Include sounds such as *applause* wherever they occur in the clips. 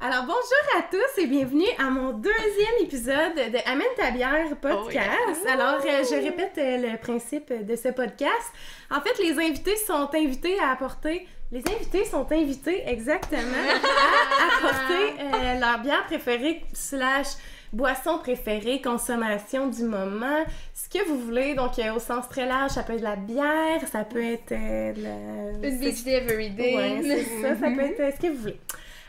Alors bonjour à tous et bienvenue à mon deuxième épisode de Amène ta bière podcast. Oh yeah. Alors euh, je répète euh, le principe de ce podcast. En fait, les invités sont invités à apporter les invités sont invités *laughs* exactement à apporter euh, leur bière préférée slash boisson préférée, consommation du moment, ce que vous voulez. Donc euh, au sens très large, ça peut être de la bière, ça peut être euh, de la... Une beach day every day. Ouais, c'est *laughs* ça, ça peut être euh, ce que vous voulez.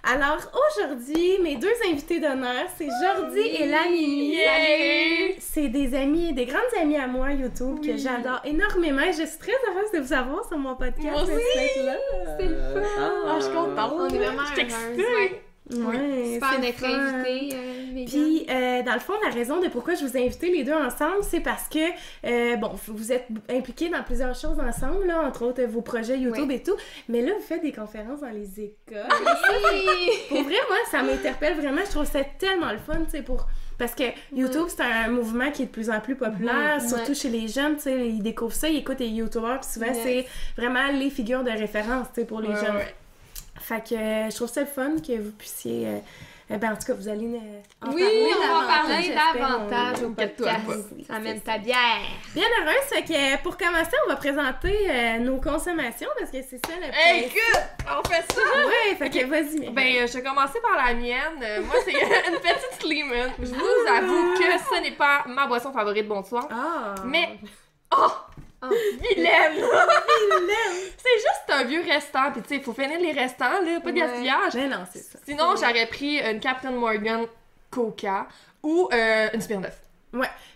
Alors aujourd'hui, mes deux invités d'honneur, c'est Jordi et Lamini. Yay! C'est des amis, des grandes amies à moi YouTube que j'adore énormément. et Je suis très heureuse de vous avoir sur mon podcast. Moi aussi! Merci d'être là. C'est le Ah, fun. Ah, euh, je suis contente. On est vraiment Je heureuses, suis excitée. ouais. Ouais, Super c'est le d'être fun. invitée, euh, Megan. Puis, euh, dans le fond, la raison de pourquoi je vous ai invités les deux ensemble, c'est parce que, euh, bon, vous- vous êtes impliqués dans plusieurs choses ensemble, là, entre autres euh, vos projets YouTube et tout, mais là, vous faites des conférences dans les écoles. Oui. pour vrai, moi, ça m'interpelle vraiment. Je trouve ça tellement le fun, tu sais, pour. Parce que YouTube, c'est un mouvement qui est de plus en plus populaire, Mhm, surtout ouais. chez les jeunes, tu sais, ils découvrent ça, ils écoutent les YouTubeurs, puis souvent, Yes. c'est vraiment les figures de référence, tu sais, pour les Ouais, jeunes. ouais. Fait que euh, je trouve ça le fun que vous puissiez. euh, euh, ben, en tout cas, vous allez euh, en Oui, parler on va en davantage, parler j'espère, on- davantage au Inquiète-toi podcast. pas. Amène ta bière. Bien heureuse. Fait que euh, pour commencer, on va présenter euh, nos consommations parce que c'est ça le Hey, principe. écoute, on fait ça. Ouais, fait que vas-y. Megan. Ben, euh, je vais commencer par la mienne. Euh, Moi, c'est *laughs* une petite Lehman. Je vous avoue que ce n'est pas ma boisson favorite, bonsoir. Ah! *laughs* Mais- Oh! *laughs* Oh. Il aime! C'est juste un vieux restant, pis tu sais, faut finir les restants, là, pas de Ouais. gaspillage. Ben non, c'est ça. Sinon, Ouais. j'aurais pris une Captain Morgan Coca ou euh, une Smirnoff.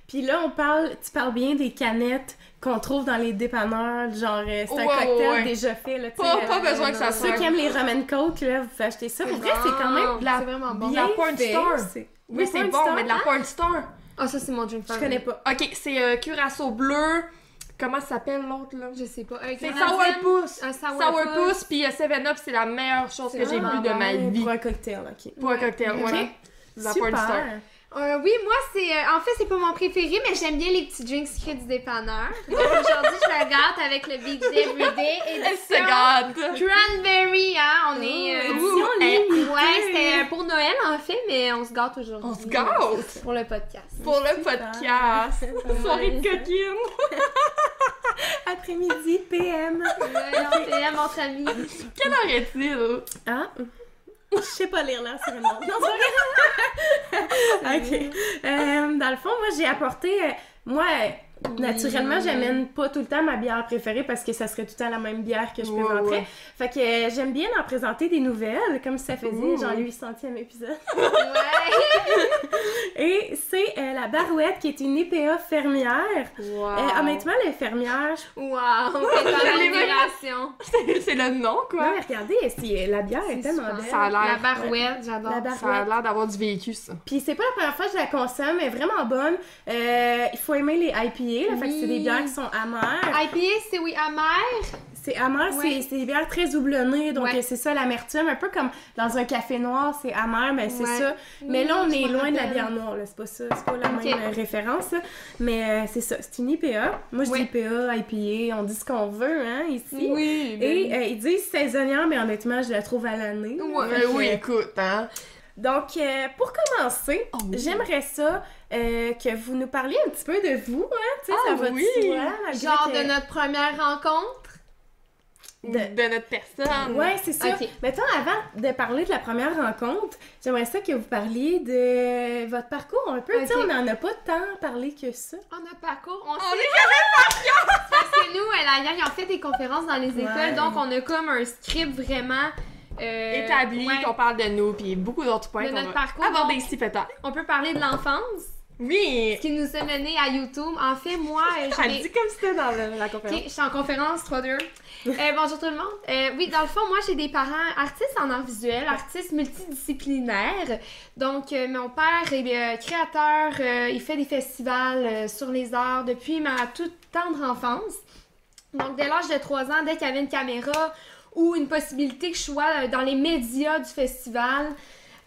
Puis là, on parle, tu parles bien des canettes qu'on trouve dans les dépanneurs, genre euh, c'est un Ouais, cocktail ouais, ouais. déjà fait. Là, tu Pas, sais, pas euh, besoin que ça Ceux soit. qui aiment les Roman Coke, là, vous pouvez acheter ça. Pour vrai, c'est quand même bon, la C'est vraiment bon. bien La porn fait. star. C'est- Oui, La c'est porn bon, star, mais de la hein? porn star. Ah, ça, c'est mon drink Je favori. connais pas. Ok, c'est euh, Curaçao Bleu. Comment ça s'appelle l'autre, là? Je sais pas. Avec C'est la raisine, Sourpuss. Un sourpuss. Sourpuss, puis euh, 7-Up, c'est la meilleure chose C'est que j'ai bu vraiment de ma Ouais, vie. Ah, ben, Pour un cocktail, ok. Pour un cocktail, Ok. voilà. La porn star. Super. Euh, oui, moi, c'est. euh, en fait, c'est pas mon préféré, mais j'aime bien les petits drinks secrets du *laughs* dépanneur. Donc aujourd'hui, je la gâte avec le Big Day Everyday et Elle se gâte! Cranberry, hein. On est. euh, Édition Ouh, eh, limitée. Ouais, c'était pour Noël en fait, mais on se gâte aujourd'hui. On se gâte! Pour le podcast. Pour le podcast! *laughs* Soirée de coquine! Après-midi, PM. Ouais, *laughs* on s'aime entre amis. Quelle heure est-il? Hein? Je sais pas lire là, c'est vraiment. *laughs* Non, c'est vrai. *laughs* ok. Euh, dans le fond, moi, j'ai apporté. euh, moi, euh, naturellement, j'amène pas tout le temps ma bière préférée parce que ça serait tout le temps la même bière que je Ouais, présenterais. ouais. Fait que euh, j'aime bien en présenter des nouvelles, comme ça faisait Ouh. genre le 800e épisode. Ouais. Et c'est euh, la Barouette qui est une IPA fermière. Wow! Euh, honnêtement, les fermières, je- Wow, c'est Je l'ai une même- admiration. *laughs* C'est c'est le nom, non, quoi! mais regardez, c'est- euh, la bière est, C'est tellement super. belle. Ça a l'air. La barouette, j'adore. La Ça a Barouette. l'air d'avoir du vécu, ça. Puis c'est pas la première fois que je la consomme, elle est vraiment bonne. Euh, il faut aimer les IPA, là, fait que c'est Oui. des bières qui sont amères. IPA, c'est oui, amer. C'est amer, c'est- Ouais. c'est des bières très houblonnées, donc Ouais. euh, c'est ça l'amertume, un peu comme dans un café noir, c'est amer, mais c'est Ouais. ça. Mais là, on Oui, je est me loin de la rappelle. bière noire, là, c'est pas ça, c'est pas la Ok. même euh, référence, là. mais euh, c'est ça, c'est une IPA. Moi, je Ouais. dis IPA, IPA, on dit ce qu'on veut, hein, ici. Oui! ben Et euh, ils disent saisonnière, mais honnêtement, je la trouve à l'année. Ouais, euh, Fait que, Ben oui, écoute, hein! donc, euh, pour commencer, Oh oui. j'aimerais ça euh, que vous nous parliez un petit peu de vous, hein, tu sais, Ah ça va oui. euh, Genre de notre première rencontre. De, De- notre personne! Ouais, c'est ça. Ok. Mettons, avant de parler de la première rencontre, j'aimerais ça que vous parliez de votre parcours un peu. Tu sais, Ok. on n'en a pas tant parlé que ça. On a parcours, on, On sait. Parce que nous, à la gang, on fait des conférences dans les écoles, Ouais. donc on a comme un script vraiment. euh, établi, ouais, qu'on parle de nous, puis beaucoup d'autres points. de qu'on notre va parcours. aborder On, ici, peut-être. on peut parler de l'enfance, Oui! ce qui nous a mené à YouTube. En fait, *laughs* moi, euh, j'ai Elle dit comme si c'était dans le- la Ok, conférence. je suis en conférence 3-2. Euh, bonjour tout le monde. Euh, oui, dans le fond, moi j'ai des parents artistes en art visuel, artistes multidisciplinaires. Donc, euh, mon père est euh, créateur, euh, il fait des festivals euh, sur les arts depuis ma toute tendre enfance. Donc, dès l'âge de 3 ans, dès qu'il y avait une caméra ou une possibilité que je sois euh, dans les médias du festival,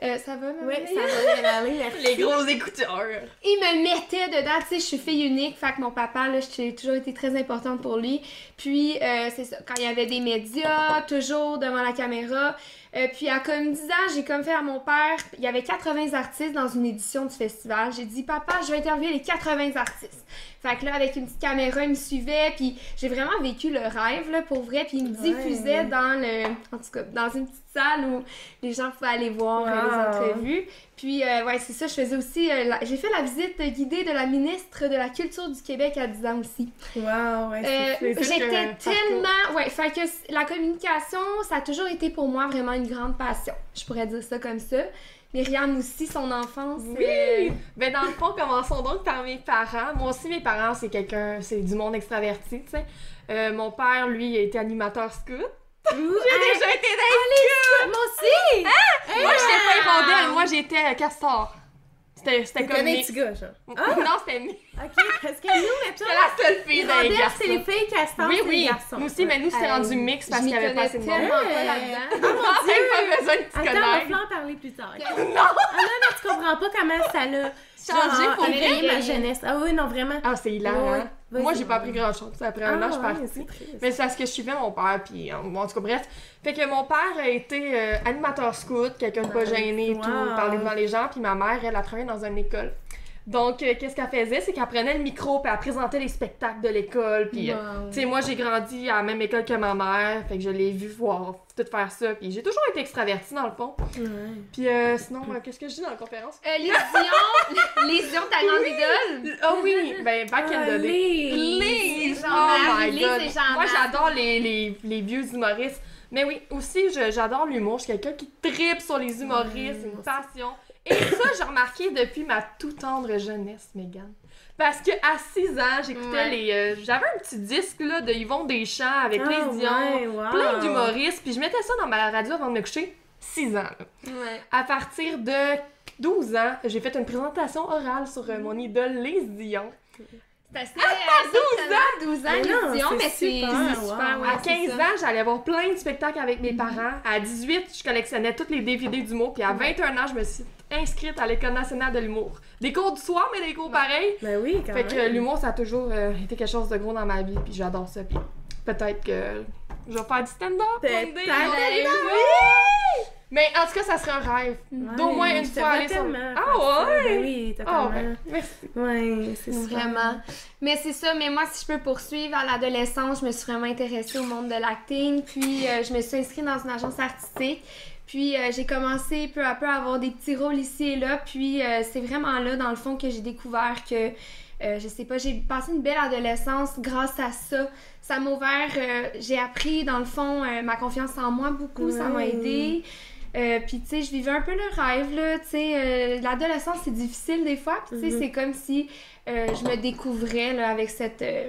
euh, ça va, maman? Ouais, ça va bien aller. merci. Les gros écouteurs! il me mettait dedans, tu sais, je suis fille unique, fait que mon papa, là, j'ai toujours été très importante pour lui. Puis, euh, c'est ça, quand il y avait des médias, toujours devant la caméra, Euh, puis à comme 10 ans, j'ai comme fait à mon père, il y avait 80 artistes dans une édition du festival. J'ai dit papa, je vais interviewer les 80 artistes. Fait que là avec une petite caméra, il me suivait puis j'ai vraiment vécu le rêve là pour vrai puis il me Ouais. diffusait dans le en tout cas dans une petite salle où les gens pouvaient aller voir euh, les Wow. entrevues. Puis euh, ouais, c'est ça, je faisais aussi euh, la- j'ai fait la visite guidée de la ministre de la Culture du Québec à 10 ans aussi. *laughs* Wow, ouais, Euh, Ah, c'est- c'est- tout que- J'étais partout. tellement. Ouais, fait que c- la communication, ça a toujours été pour moi vraiment une grande passion. Je pourrais dire ça comme ça. Myriam aussi, son enfance. euh, Oui! Ben dans le fond, commençons donc par mes parents. Moi aussi, mes parents, c'est quelqu'un, c'est du monde extraverti, tu sais. Euh, mon père, lui, il a été animateur scout. Ouh, J'ai hey, déjà été dans- moi aussi! Moi, j'étais pas hirondelle, moi, j'étais euh, castor. C'était c'était T'étais comme... un mes- *laughs* petit gars, genre. Non, c'était mes- Ok, parce que nous, mettons, c'était la seule fille dans les Hirondelle, c'est les garçons. filles castors, Oui, c'est les oui. garçons. Nous aussi, mais nous, c'était Euh, rendu mix parce je m'y qu'il y avait pas connais assez de tellement monde. monde. pas *laughs* là-dedans. Non, pas besoin que tu Attends, on connaisses. va en parler plus tard. Ok. Ah non, mais tu comprends pas comment ça l'a Changé genre, pour éveillé vrai. ma jeunesse. Ah oui, non, vraiment. Ah, c'est hilarant. Ouais, hein. vas-y. Moi, j'ai pas appris grand-chose. Après un an, je suis Ah ouais, partie. c'est triste. Mais c'est parce que je suivais mon père, puis euh, en bon, en tout cas, bref. Fait que mon père a été euh, animateur scout, quelqu'un de pas gêné et Wow. tout, parler devant les gens, puis ma mère, elle a travaillé dans une école. Donc, euh, qu'est-ce qu'elle faisait? C'est qu'elle prenait le micro, puis elle présentait les spectacles de l'école, puis. euh, Wow. Tu sais, moi, j'ai grandi à la même école que ma mère, fait que je l'ai vu voir tout faire ça, puis j'ai toujours été extravertie dans le fond. Ouais. Puis euh, sinon, euh, qu'est-ce que je dis dans la conférence? Euh, les Dion, *laughs* les Dion, ta grande idole. Ah oui! Ben, back in the day. Allez. Les C'est Oh genre my les god! légendaires. Moi j'adore les, les, les vieux humoristes. Mais oui, aussi je- j'adore l'humour. Je suis quelqu'un qui tripe sur les humoristes, Ouais, moi une aussi. passion. Et ça, j'ai remarqué depuis ma tout tendre jeunesse, Megan. Parce que à 6 ans, j'écoutais Ouais. les. euh, J'avais un petit disque là, de Yvon Deschamps avec Ah les Dion, ouais, wow. plein d'humoristes. Puis je mettais ça dans ma radio avant de me coucher. 6 ans. là. Ouais. À partir de 12 ans, j'ai fait une présentation orale sur euh, mon idole Les Dion. C'est assez. À 12 ans, 12 ans, Mais non, les Dion, c'est mais c'est super, c'est wow. super. ouais, Ah, À c'est 15 ça. ans, j'allais voir plein de spectacles avec mes parents. À 18, je collectionnais toutes les DVD d'humour. Puis à 21 ans, je me suis inscrite à l'École nationale de l'humour. Des cours du soir, mais des cours pareils. Ben oui, quand Fait même. que euh, l'humour, ça a toujours euh, été quelque chose de gros dans ma vie. Puis j'adore ça. Puis peut-être que je vais faire du stand-up. Peut-être. one day. Ouais. Oui! Mais en tout cas, ça serait un rêve. Ouais, D'au moins une je te fois vois aller sur... tellement faire Ah ça. Ben ouais? oui, Ah totalement. ouais. Merci. Ouais, c'est super. Vraiment. Mais c'est ça, mais moi, si je peux poursuivre, à l'adolescence, je me suis vraiment intéressée au monde de l'acting, puis euh, je me suis inscrite dans une agence artistique, puis euh, j'ai commencé peu à peu à avoir des petits rôles ici et là, puis euh, c'est vraiment là, dans le fond, que j'ai découvert que, euh, je sais pas, j'ai passé une belle adolescence grâce à ça. Ça m'a ouvert, euh, j'ai appris, dans le fond, euh, ma confiance en moi beaucoup, ça m'a Ouais. aidée. Euh, puis tu sais, je vivais un peu le rêve là, tu sais, euh, l'adolescence c'est difficile des fois, puis tu sais, Mhm. c'est comme si euh, je me découvrais là, avec cette, euh,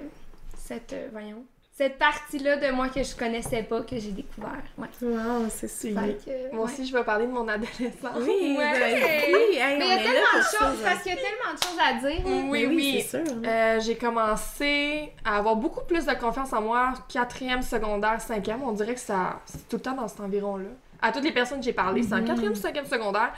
cette, euh, voyons, cette partie-là de moi que je connaissais pas, que j'ai découvert. Ouais. Wow, c'est C'est- super. Fait que, Moi ouais. aussi, je vais parler de mon adolescence. *laughs* Oui, Ouais. ben oui, hey, Mais on il y a est là tellement pour de ça, choses, genre. parce qu'il y a tellement de choses à dire. là. Oui, Ben oui. c'est sûr. Euh, j'ai commencé à avoir beaucoup plus de confiance en moi, quatrième, secondaire, cinquième. On dirait que ça, c'est tout le temps dans cet environ-là. À toutes les personnes que j'ai parlé, Mhm. c'est en quatrième, cinquième, secondaire.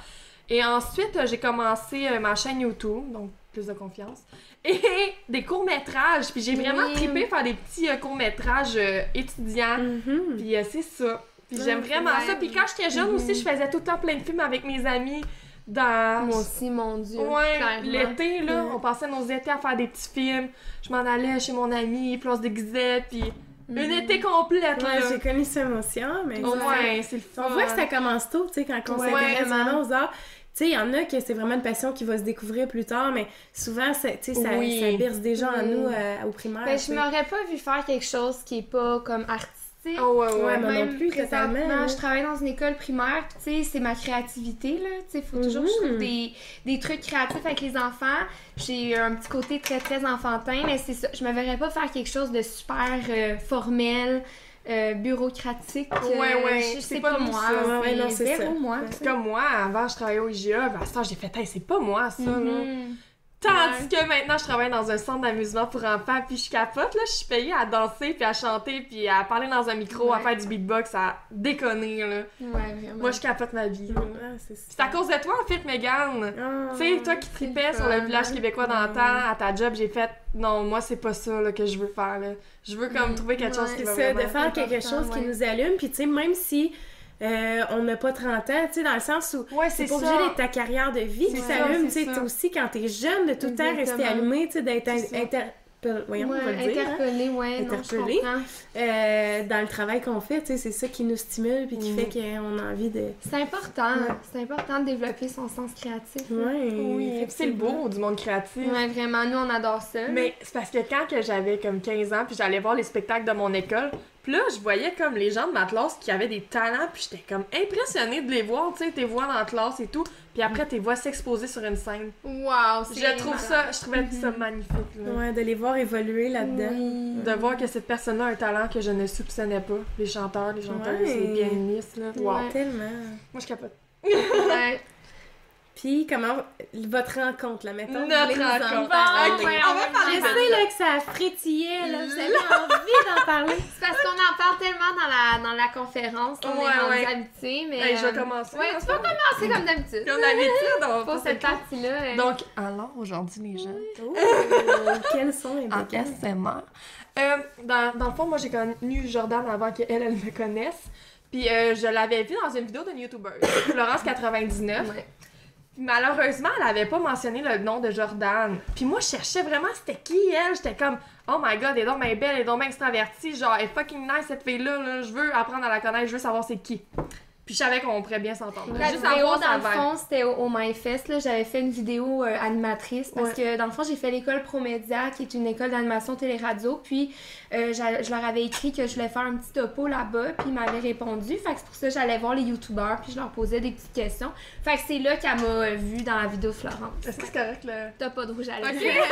Et ensuite, euh, j'ai commencé euh, ma chaîne YouTube, donc plus de confiance, *laughs* et des courts-métrages. Puis j'ai vraiment Oui. trippé faire des petits euh, courts-métrages euh, étudiants. Mhm. Puis euh, c'est ça. Puis j'aime Ouais, Mhm. vraiment ça. ouais. Puis quand j'étais jeune aussi, je faisais tout le temps plein de films avec mes amis dans Ah, Moi aussi, mon Dieu. Ouais, clairement. l'été, là, Ouais. on passait nos étés à faire des petits films. Je m'en allais chez mon ami, puis on se déguisait, puis une Mm. été complète, Mm. Ouais, là. j'ai connu ça émotion, mais Au moins, c'est le fun. on voit que ça commence tôt, tu sais, quand on Ah. Ouais, s'intéresse vraiment. vraiment aux arts. Tu sais, il y en a que c'est vraiment une passion qui va se découvrir plus tard, mais souvent, ça, tu sais, ça, Oui. ça berce déjà en Oui. nous euh, au primaire. Ben, tu sais. je m'aurais pas vu faire quelque chose qui est pas comme artistique. Oh, ouais, ouais. Ouais, moi non Même plus, présentement, totalement, là. je travaille dans une école primaire, puis tu sais, c'est ma créativité, là. Tu sais, faut toujours que je trouve Mhm. des, des trucs créatifs avec les enfants. J'ai un petit côté très, très enfantin, mais c'est ça. Je me verrais pas faire quelque chose de super euh, formel, euh, bureaucratique. euh, Ouais, ouais, je- c'est c'est pas pas, nous, moi. ça. Ouais, ouais, non, c'est zéro ça. moi. Ouais. C'est Comme moi, avant, je travaillais au IGA, ben, à ce temps, j'ai fait, hey, c'est pas moi, ça, Mm-hmm. là. Mhm. Tandis que maintenant, je travaille dans un centre d'amusement pour enfants, puis je capote, là, je suis payée à danser, puis à chanter, puis à parler dans un micro, à Ouais. faire du beatbox, à déconner, là. Ouais, vraiment. Moi, je capote ma vie, là. Ah, c'est C'est à cause de toi, en fait, Megan. Ah. Tu sais, toi qui C'est tripais le sur le fun. village québécois dans le Ouais. temps, à ta job, j'ai fait non, moi c'est pas ça là, que je veux faire. Là. Je veux comme Mm. trouver quelque chose Ouais. C'est qui va ça, de vraiment. faire quelque important, chose qui ouais. nous allume. Puis, tu sais, même si euh, on n'a pas 30 ans, tu sais, dans le sens où Ouais, c'est c'est pas ça. obligé d'être ta carrière de vie qui C'est ça, s'allume, tu c'est sais, ça. t'as aussi quand t'es jeune, de tout le temps rester Exactement. allumé, tu sais, d'être C'est ça. inter- voyons, on va le dire, hein, interpellé, ouais, non, Interpellé. je comprends. euh, dans le travail qu'on fait, tu sais, c'est ça qui nous stimule puis qui Mm. fait qu'on a envie de... C'est important, Ouais. c'est important de développer son sens créatif. Ouais, Oui, c'est le beau du monde créatif. Ouais, vraiment, nous on adore ça. Mais c'est parce que quand que j'avais comme 15 ans, puis j'allais voir les spectacles de mon école, puis là, je voyais comme les gens de ma classe qui avaient des talents, puis j'étais comme impressionnée de les voir, tu sais, tes voix dans la classe et tout, puis Mm. après, tes voix s'exposer sur une scène. Wow, c'est Je trouve ça, je trouvais ça magnifique, là. Ouais, de les voir évoluer là-dedans. Oui. De voir que cette personne a un talent que je ne soupçonnais pas. Les chanteurs, les chanteuses, Ouais. les pianistes, là. Wow. Ouais. Tellement. Moi, je capote. *laughs* Ouais. Puis comment votre rencontre là mettons Notre vous voulez nous en rencontre. parler. Ah, Ok, Mm. ouais, on on va va Je parler de sais là que ça frétillait là, *laughs* vous *laughs* avez envie d'en parler. C'est parce qu'on en parle tellement dans la, dans la conférence, on Ouais, est rendu ouais. habitué, mais. Hey, je vais euh, commencer. Ouais, tu vas commencer comme d'habitude. Comme d'habitude, on va Pour passer cette le coup. partie-là. euh, Donc, allons aujourd'hui, les gens. Oh, quels sont les Ah, en podcasts? ASMR. Euh, dans, dans le fond, moi, j'ai connu Jordan avant qu'elle, elle me connaisse. Puis euh, je l'avais vue dans une vidéo d'une YouTuber, *coughs* Florence99. Ouais. Malheureusement, elle avait pas mentionné le nom de Jordan. Puis moi, je cherchais vraiment c'était qui elle. J'étais comme, oh my god, elle est donc bien belle, elle est donc bien extravertie. Genre, elle est fucking nice cette fille-là. là. Je veux apprendre à la connaître, je veux savoir c'est qui. Puis je savais qu'on pourrait bien s'entendre. La Juste vidéo, avoir sa dans le vibe. fond, c'était au, au MyFest. là. J'avais fait une vidéo euh, animatrice parce Ouais. que, dans le fond, j'ai fait l'école Promédia, qui est une école d'animation téléradio. Puis, euh, j'a- je leur avais écrit que je voulais faire un petit topo là-bas. Puis, ils m'avaient répondu. Fait que c'est pour ça que j'allais voir les YouTubers. Puis, je leur posais des petites questions. Fait que c'est là qu'elle m'a euh, vue dans la vidéo Florence. Est-ce que c'est correct le. T'as pas de rouge à lèvres. *laughs*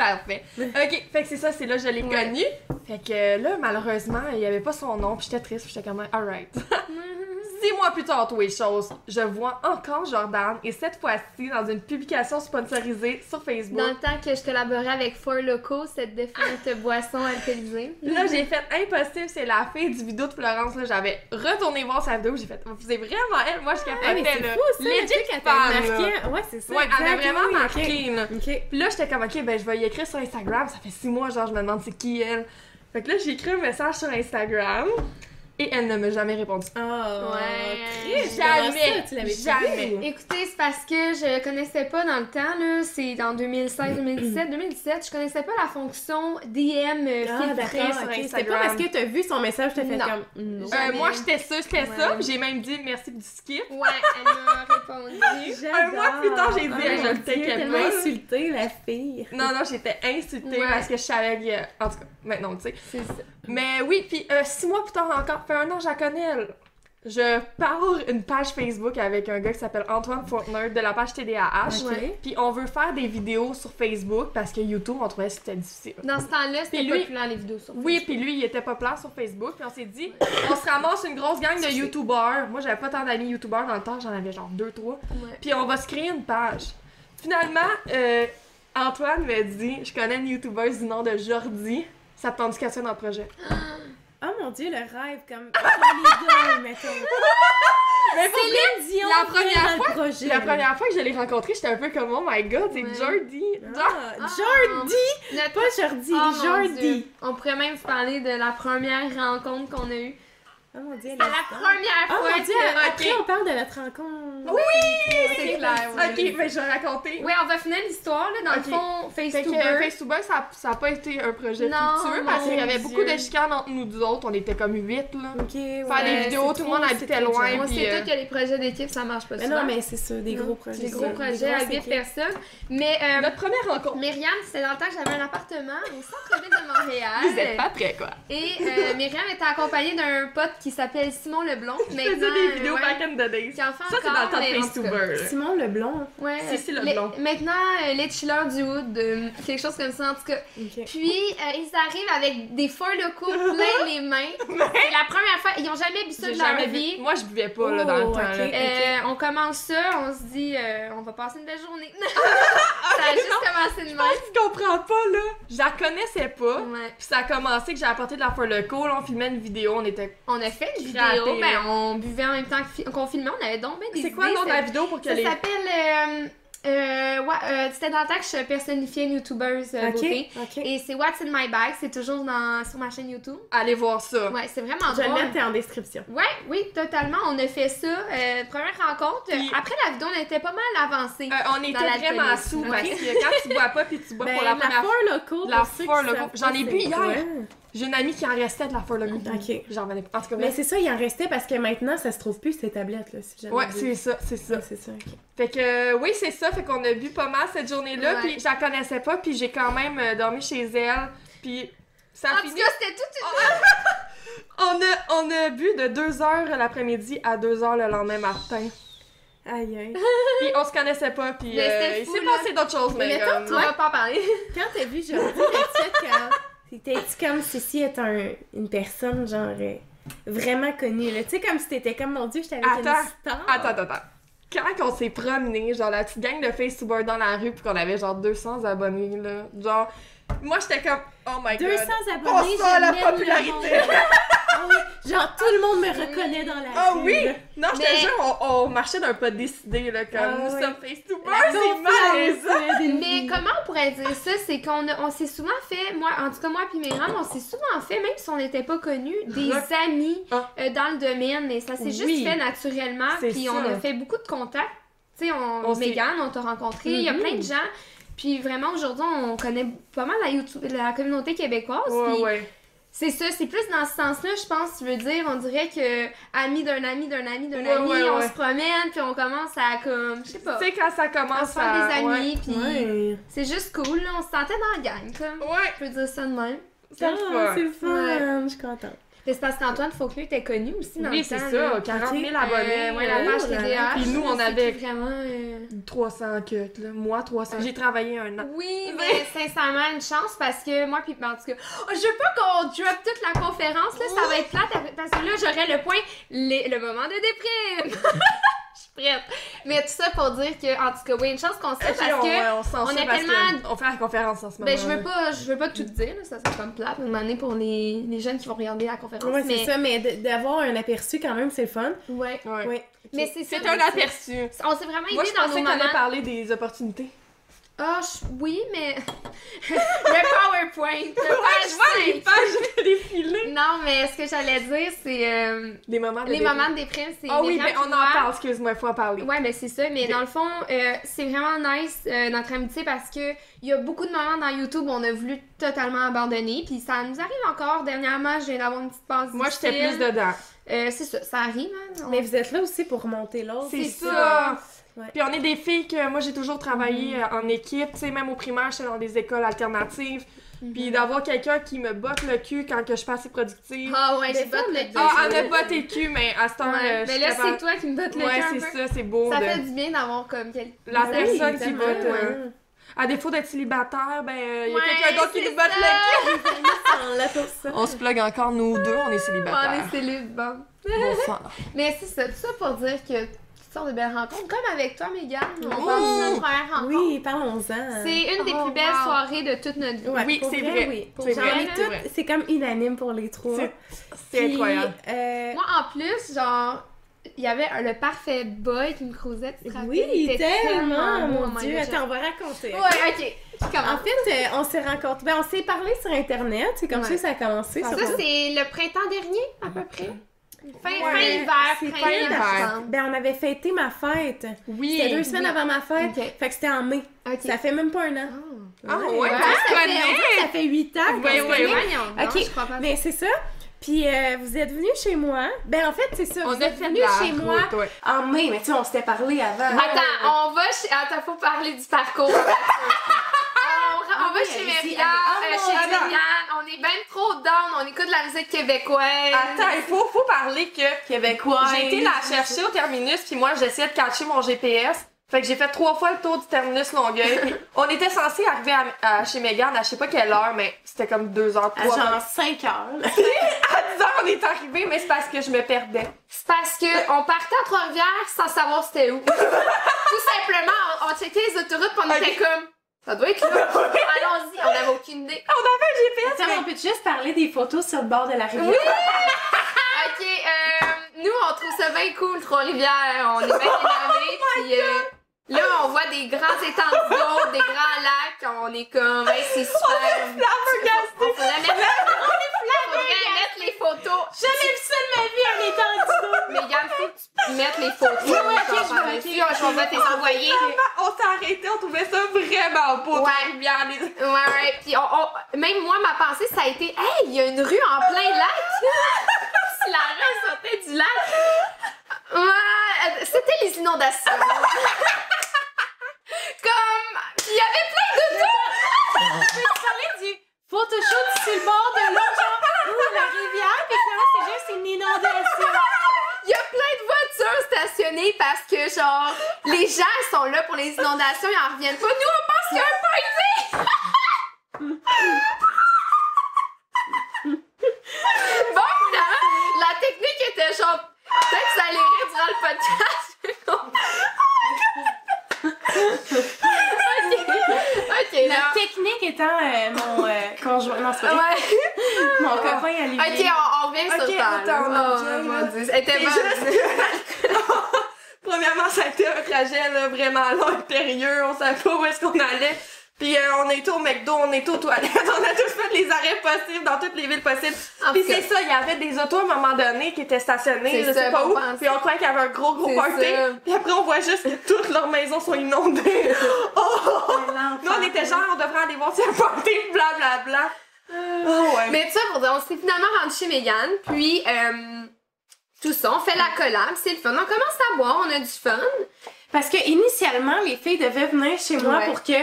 Ok. Parfait. Ok, fait que c'est ça, c'est là, je l'ai Ouais. connu. Fait que là, malheureusement, il n'y avait pas son nom, puis j'étais triste, puis j'étais comme, *laughs* alright. Six mois plus tard, tous les choses, je vois encore Jordan, et cette fois-ci, dans une publication sponsorisée sur Facebook. Dans le temps que je collaborais avec Four Loco, cette défunte boisson alcoolisée. Là, j'ai fait impossible, c'est la fille du vidéo de Florence. Là, j'avais retourné voir sa vidéo, j'ai fait, c'est vraiment elle, moi, je capotais, Ah, mais c'est là. fou ça, le Legit truc qu'elle t'a fan, là. marqué. Ouais, c'est ça. Ouais, elle a exact, vraiment oui, marqué, là. OK. OK. Puis là, j'étais comme, ok, ben je vais y écrire sur Instagram. Ça fait six mois, genre, je me demande c'est qui elle. Fait que là, j'ai écrit un message sur Instagram et elle ne m'a jamais répondu. Oh, Ouais. triste. Jamais. Ça, tu l'avais Jamais. Euh, trouvé. Écoutez, c'est parce que je connaissais pas dans le temps, là, c'est dans 2016, 2017, 2017, je connaissais pas la fonction DM euh, Ah, filtrée. d'accord, sur ok. Instagram. C'était pas parce que t'as vu son message, t'as fait Non. comme. Non. Euh, Jamais. moi, j'étais sûre, c'était Ouais. ça. J'ai même dit merci du skip. Ouais, elle m'a répondu. Un mois plus tard, j'ai dit, J'adore. je le Mon Dieu, taquais tellement pas. insulté, la fille. Non, non, j'étais insultée Ouais. parce que je savais que. En tout cas, maintenant, tu sais. C'est ça. Mais oui, puis euh, six mois plus tard encore, fait un an, je la connais, elle. Je pars une page Facebook avec un gars qui s'appelle Antoine Fortner de la page TDAH. Ok. Ouais. Puis on veut faire des vidéos sur Facebook parce que YouTube, on trouvait que c'était difficile. Dans ce temps-là, c'était Puis pas lui- populaire les vidéos sur Oui, puis lui, il était populaire sur Facebook. Puis on s'est dit, *coughs* on se ramasse une grosse gang de YouTubers. Moi, j'avais pas tant d'amis YouTubers dans le temps, j'en avais genre deux, trois. Facebook. Ouais. Puis on va se créer une page. Finalement, euh, Antoine me dit, je connais une YouTubeuse du nom de Jordi. Ça te tente qu'elle soit dans le projet. Oh mon dieu, le rêve, comme. les deux, mettons. Mais pour vrai, Céline Dion, la vient première dans le projet. la première fois que je l'ai rencontrée, j'étais un peu comme, oh my god, c'est Ouais. Jordi. Genre, Ah, Ah, Jordi! Notre- Pas Jordi, Ah, Oh, mon Jordi! Dieu. On pourrait même se parler de la première rencontre qu'on a eue. Oh mon dieu, elle À est la forte. première Oh fois mon dieu, que- après on parle de notre rencontre. Ok, c'est clair. ouais. ok, ben je vais raconter. Ouais, on va finir l'histoire, là, dans Ok. le fond, Fait que Facebook. euh, Facebook, ça, ça a pas été un projet Non, fructueux parce mon qu'il y avait Dieu. beaucoup de chicanes entre nous deux autres. On était comme huit, là. Ok, ouais. Faire des Ouais, vidéos, tout le monde habitait loin. Moi, puis, c'est euh, tout que les projets d'équipe, ça marche pas Mais souvent. non, mais c'est ça, des Non, gros projets. Des ça, gros projets à grosses 8 équipes. personnes. Mais euh, Notre première rencontre. Myriam, c'était dans le temps que j'avais un appartement au centre-ville de Montréal. Vous êtes pas prêts, quoi. Et euh, Myriam était accompagnée d'un pote qui s'appelle Simon Leblond. qui *laughs* Je faisais maintenant, euh, des vidéos ouais, back in the days. qui en fait Ça, c'est encore, dans le temps mais de en tout cas, Facebooker. là. Simon Leblanc. Ouais, Sissi euh, Leblond. les- Maintenant, euh, les chillers du Wood, euh, quelque chose comme ça, en tout cas. Ok. Puis, euh, ils arrivent avec des feux locaux *laughs* plein les mains. C'est la première fois, ils ont jamais bu ça J'ai de leur jamais bu- vie. Moi, je buvais pas, là, dans le Oh, temps, ok. là. Euh, on commence ça, on se dit, euh, on va passer une belle journée. *laughs* ça a juste commencé de même. Tu comprends pas, là. Je la connaissais pas. Ouais. Puis ça a commencé que j'ai apporté de la For Loco, là, on filmait une vidéo, on était... On a fait une Raté, vidéo, ben, on buvait en même temps que fi- qu'on filmait, on avait donc bien des C'est quoi le idées, nom de ça- la vidéo pour que Ça les... s'appelle euh, Euh, ouais, euh, c'était dans le temps que je personnifiais une youtubeuse euh, Ok, beauté. ok. Et c'est What's in my bag, c'est toujours dans, sur ma chaîne YouTube. Allez voir ça. Ouais, c'est vraiment Je vais le drôle. mettre en description. Ouais, oui, totalement. On a fait ça. euh, première rencontre. Puis- Après la vidéo, on était pas mal avancé. Euh, on était l'alcoolisme, vraiment sous ok. parce que quand tu bois pas puis *laughs* tu bois Ben, pour la première fois. Four Locaux, la pour ceux qui Four Locaux. savent J'en ai pas bu c'est hier. quoi. J'ai une amie qui en restait de la Four Locum. ok. J'en venais pas. En tout cas, Mais c'est ça, il en restait parce que maintenant, ça se trouve plus ces tablettes, là, si jamais. Ouais, vous- c'est ça, c'est ça. Ouais, c'est ça. ok. Fait que euh, oui, c'est ça. Fait qu'on a bu pas mal cette journée-là. Ouais. Puis je la connaissais pas. Puis j'ai quand même euh, dormi chez elle. Puis ça en a tout fini. Oh cas, c'était tout une... On a, on a bu de 2h l'après-midi à 2h le lendemain matin. Aïe, aïe. Puis on se connaissait pas. Puis Mais euh, c'était il fou, s'est là. passé d'autres choses. Mais, Mais mettons, comme- on va pas en parler. *laughs* Quand t'as vu Jordi, t'as-tu quand... T'étais-tu comme ceci est un- une personne, genre, euh, vraiment connue, là? Tu sais, comme si t'étais comme, mon Dieu, j'étais avec Attends. une star. Attends, attends, attends. Quand on s'est promené, genre la petite gang de filles sous dans la rue, puis qu'on avait genre 200 abonnés, là, genre, moi j'étais comme, oh my 200 god. abonnés, On sent la j'amène le popularité. monde. Ah oui, genre, tout le monde me reconnaît dans la Ah rue, oui! là. Non, je Mais- te jure, on, on marchait d'un pas décidé, là, comme Ah nous oui. sommes Facebookers, La c'est gonflance, malaisant! là, d'une Mais vie. comment on pourrait dire ça? C'est qu'on a- on s'est souvent fait, moi, en tout cas moi puis mes rames, on s'est souvent fait, même si on n'était pas connus, des Rec- amis Ah. euh, dans le domaine, mais ça s'est Oui. juste fait naturellement, C'est puis ça. on a fait beaucoup de contacts. Tu sais, on, On s'est- Mm-hmm. Mégane, on t'a rencontré, il y a Mhm. plein de gens. Puis vraiment, aujourd'hui, on connaît pas mal la, YouTube- la communauté québécoise. Ouais, puis ouais. C'est ça, c'est plus dans ce sens-là, je pense, je veux dire, on dirait que ami d'un ami d'un ami d'un Ouais, ami, ouais, on ouais. se promène, puis on commence à comme, je sais pas, Tu sais, quand ça à commence se faire des ouais. amis, puis Ouais. c'est juste cool, là, on se sentait dans la gang, comme. Ouais, Je peux dire ça de même. c'est le Ah, fun. c'est le fun, je suis contente. Mais c'est parce qu'Antoine Faulkner était connu aussi dans Oui, le c'est temps. ça, 40 000 abonnés, abonné, Eh, ouais, la oh page là là. TDA. Puis nous, *laughs* on c'est avait- qui vraiment... euh, 300 cuts, là, moi 300. J'ai travaillé un an. *laughs* Oui, mais sincèrement, une chance parce que moi, puis en tout cas, oh, je veux pas qu'on drop toute la conférence, là, ça va être plate après- parce que là, j'aurais le point, les- le moment de déprime. *laughs* Je suis prête. Mais tout ça pour dire que, en tout cas, oui, une chance qu'on sait Puis parce on, que. ouais, on s'en on sait est parce que tellement- on fait la conférence en ce moment. Ben, je veux pas, je veux pas tout dire, là, ça serait comme plate, une année pour les, les jeunes qui vont regarder la conférence. Ouais, c'est mais, ça, mais de- d'avoir un aperçu quand même, c'est le fun. Ouais. Ouais. Ouais. Mais c'est ça. C'est un aperçu. On s'est vraiment Moi, aidés je dans nos pensais qu'on allait moments. parler des opportunités. *laughs* Ah, je- oui, mais. *laughs* le PowerPoint, le page cinq. pages défiler. Non, mais ce que j'allais dire, c'est. euh, Les moments de les défi. moments de déprime, c'est. Ah oui, Myriam mais on en puis moi. parle, excuse-moi, faut en parler. Ouais, mais c'est ça. Mais Ok. dans le fond, euh, c'est vraiment nice euh, notre amitié parce que il y a beaucoup de moments dans YouTube où on a voulu totalement abandonner. Puis ça nous arrive encore. Dernièrement, je viens d'avoir une petite passe. Moi, j'étais difficile. plus dedans. Euh, c'est ça, ça arrive. Hein? on- Mais vous êtes là aussi pour remonter l'autre. C'est Oh, c'est ça. ça. Ouais. Puis on est des filles que moi j'ai toujours travaillé Mm-hmm. euh, en équipe, tu sais même au primaire j'étais dans des écoles alternatives. Mhm. Puis d'avoir quelqu'un qui me botte le cul quand que je suis pas assez productive. Ah ouais, Des j'ai fois, botte on a le des- Ah, je- elle me botte le cul mais à ce temps Ouais, euh, je Mais suis là, capable- c'est toi qui me bottes le Ouais, cœur un c'est peu. ça, c'est beau Ça de- fait du bien d'avoir comme quel- la Ah Oui, personne qui évidemment, botte. euh, ouais. À défaut d'être célibataire, ben euh, il y a Ouais, quelqu'un d'autre qui c'est nous botte le ça. cul. On l'a pour ça. *laughs* On se plug encore nous deux, on est Ah, mais célibataires. c'est le bon. Bon sang. Mais c'est ça, tout ça pour dire que toutes sortes de belles rencontres, comme avec toi, Mégane, on Oh! parle de notre première rencontre. Oui, parlons-en. C'est une des Oh, plus belles wow. soirées de toute notre vie. Ouais, Oui, pour c'est vrai. oui. C'est J'en vrai, ai c'est toutes- vrai. C'est comme unanime pour les trois. C'est- C'est Puis, incroyable. euh, Moi, en plus, genre, il y avait un- le parfait boy qui me croisait, tu te rappelles? Il oui, était tellement, beau, mon oh my Dieu. God, Attends, on va raconter. j'ai- Ouais, ok. Tu En commences. fait, euh, on s'est rencontrés. Ben, on s'est parlé sur Internet. C'est comme Ouais. ça que ça a commencé. Ça, sur- Ça, c'est le printemps dernier, à peu près. Fin, Ouais, fin hiver, c'est printemps, fin hiver. je pense. Ben, on avait fêté ma fête. Oui. C'était deux semaines oui. avant ma fête. Ok. Fait que c'était en mai. Ok. Ça fait même pas un an. Oh. Ah ouais, Ouais. tu Ah, te ça fait- connais. Ça fait huit ans. qu'on Ouais, se ouais, connaît. oui. Ouais, non, non, Ok, je crois pas. Mais c'est ça. Puis euh, vous êtes venu chez moi. Ben en fait, c'est ça. On vous a êtes fait venu de la chez moi route, ouais. en mai. Mais tu sais, on s'était parlé avant. Attends, on va chez. Attends, faut parler du parcours. Euh, on on Ah va oui, chez allez-y, Myriam, allez. euh, Ah, chez mon Dieu. Myriam. On est ben trop down, on écoute de la musique québécoise. Attends, il faut, faut parler que Québécois. j'ai été la chercher au terminus, puis moi j'essayais de cacher mon GPS. Fait que j'ai fait trois fois le tour du terminus Longueuil. *laughs* puis on était censé arriver à, à- chez Mégane à je sais pas quelle heure, mais c'était comme deux heures, À trois heures. genre 5 heures. là. À dix heures, *laughs* on est arrivé, mais c'est parce que je me perdais. C'est parce que on partait à Trois-Rivières sans savoir c'était où. Tout simplement, on, on checkait les autoroutes pendant Ok. était comme. Ça doit être là. Allons-y, on n'avait aucune idée. On avait un Attends, GPS, on peut juste parler des photos sur le bord de la rivière. *laughs* Ok, Oh euh, nous on trouve ça bien cool, Trois-Rivières. On est bien énervés, puis euh, Là, on voit des grands étangs d'eau, des grands lacs, on est comme, hey, c'est super. On On pourrait *laughs* mettre, on pourrait mettre les photos. Jamais vu ça de ma vie, un étendue d'eau! Mais Yann, faut que tu mettes les photos. Oui, oui, ok, genre, je Ah, vais- euh, si, on- on va te les envoyer. On s'est arrêté, on trouvait ça vraiment beau, Ouais. trop bien. les- Ouais, ouais. Puis on, on- même moi, ma pensée, ça a été Hey, il y a une rue en plein lac! si la rue sortait du lac! Ouais, euh, c'était les inondations. Comme. Puis il y avait plein de tout! du Photoshop sur le bord de l'eau, genre, ou la rivière, puis finalement, c'est juste une inondation. Il y a plein de voitures stationnées parce que, genre, les gens ils sont là pour les inondations, ils en reviennent pas. Nous, on pense qu'il y a un party! bon, finalement, la technique était genre. Peut-être que ça allait rire durant le podcast. j'ai compris. ok. Ok, La là. technique étant euh, mon euh, conjoint, non, c'est pas vrai, Ouais. mon copain Ok, Olivier. on, on revient Ok, sur ça. attends, on Oh, revient, mon là. dieu. Elle était C'est bonne. juste que- *laughs* Premièrement, ça a été un trajet là, vraiment long, périlleux. On savait pas où est-ce qu'on allait. Puis euh, on est au McDo, on est aux toilettes, *laughs* on a tous fait les arrêts possibles dans toutes les villes possibles. En Puis tout c'est cas, ça, il y avait des autos à un moment donné qui étaient stationnées, Ah, C'est je ça, sais pas bon où. pensée. Puis on croyait qu'il y avait un gros gros C'est party. ça. Puis après on voit juste que toutes leurs maisons *laughs* sont inondées. Nous on était genre, on devrait aller voir si un party, blablabla. Oh ouais. Ah. Mais tu sais, pour dire, on s'est finalement rendu chez Megan, puis euh, tout ça, on fait la collab, c'est le fun. On commence à boire, on a du fun. Parce que initialement, les filles devaient venir chez moi Ouais. pour que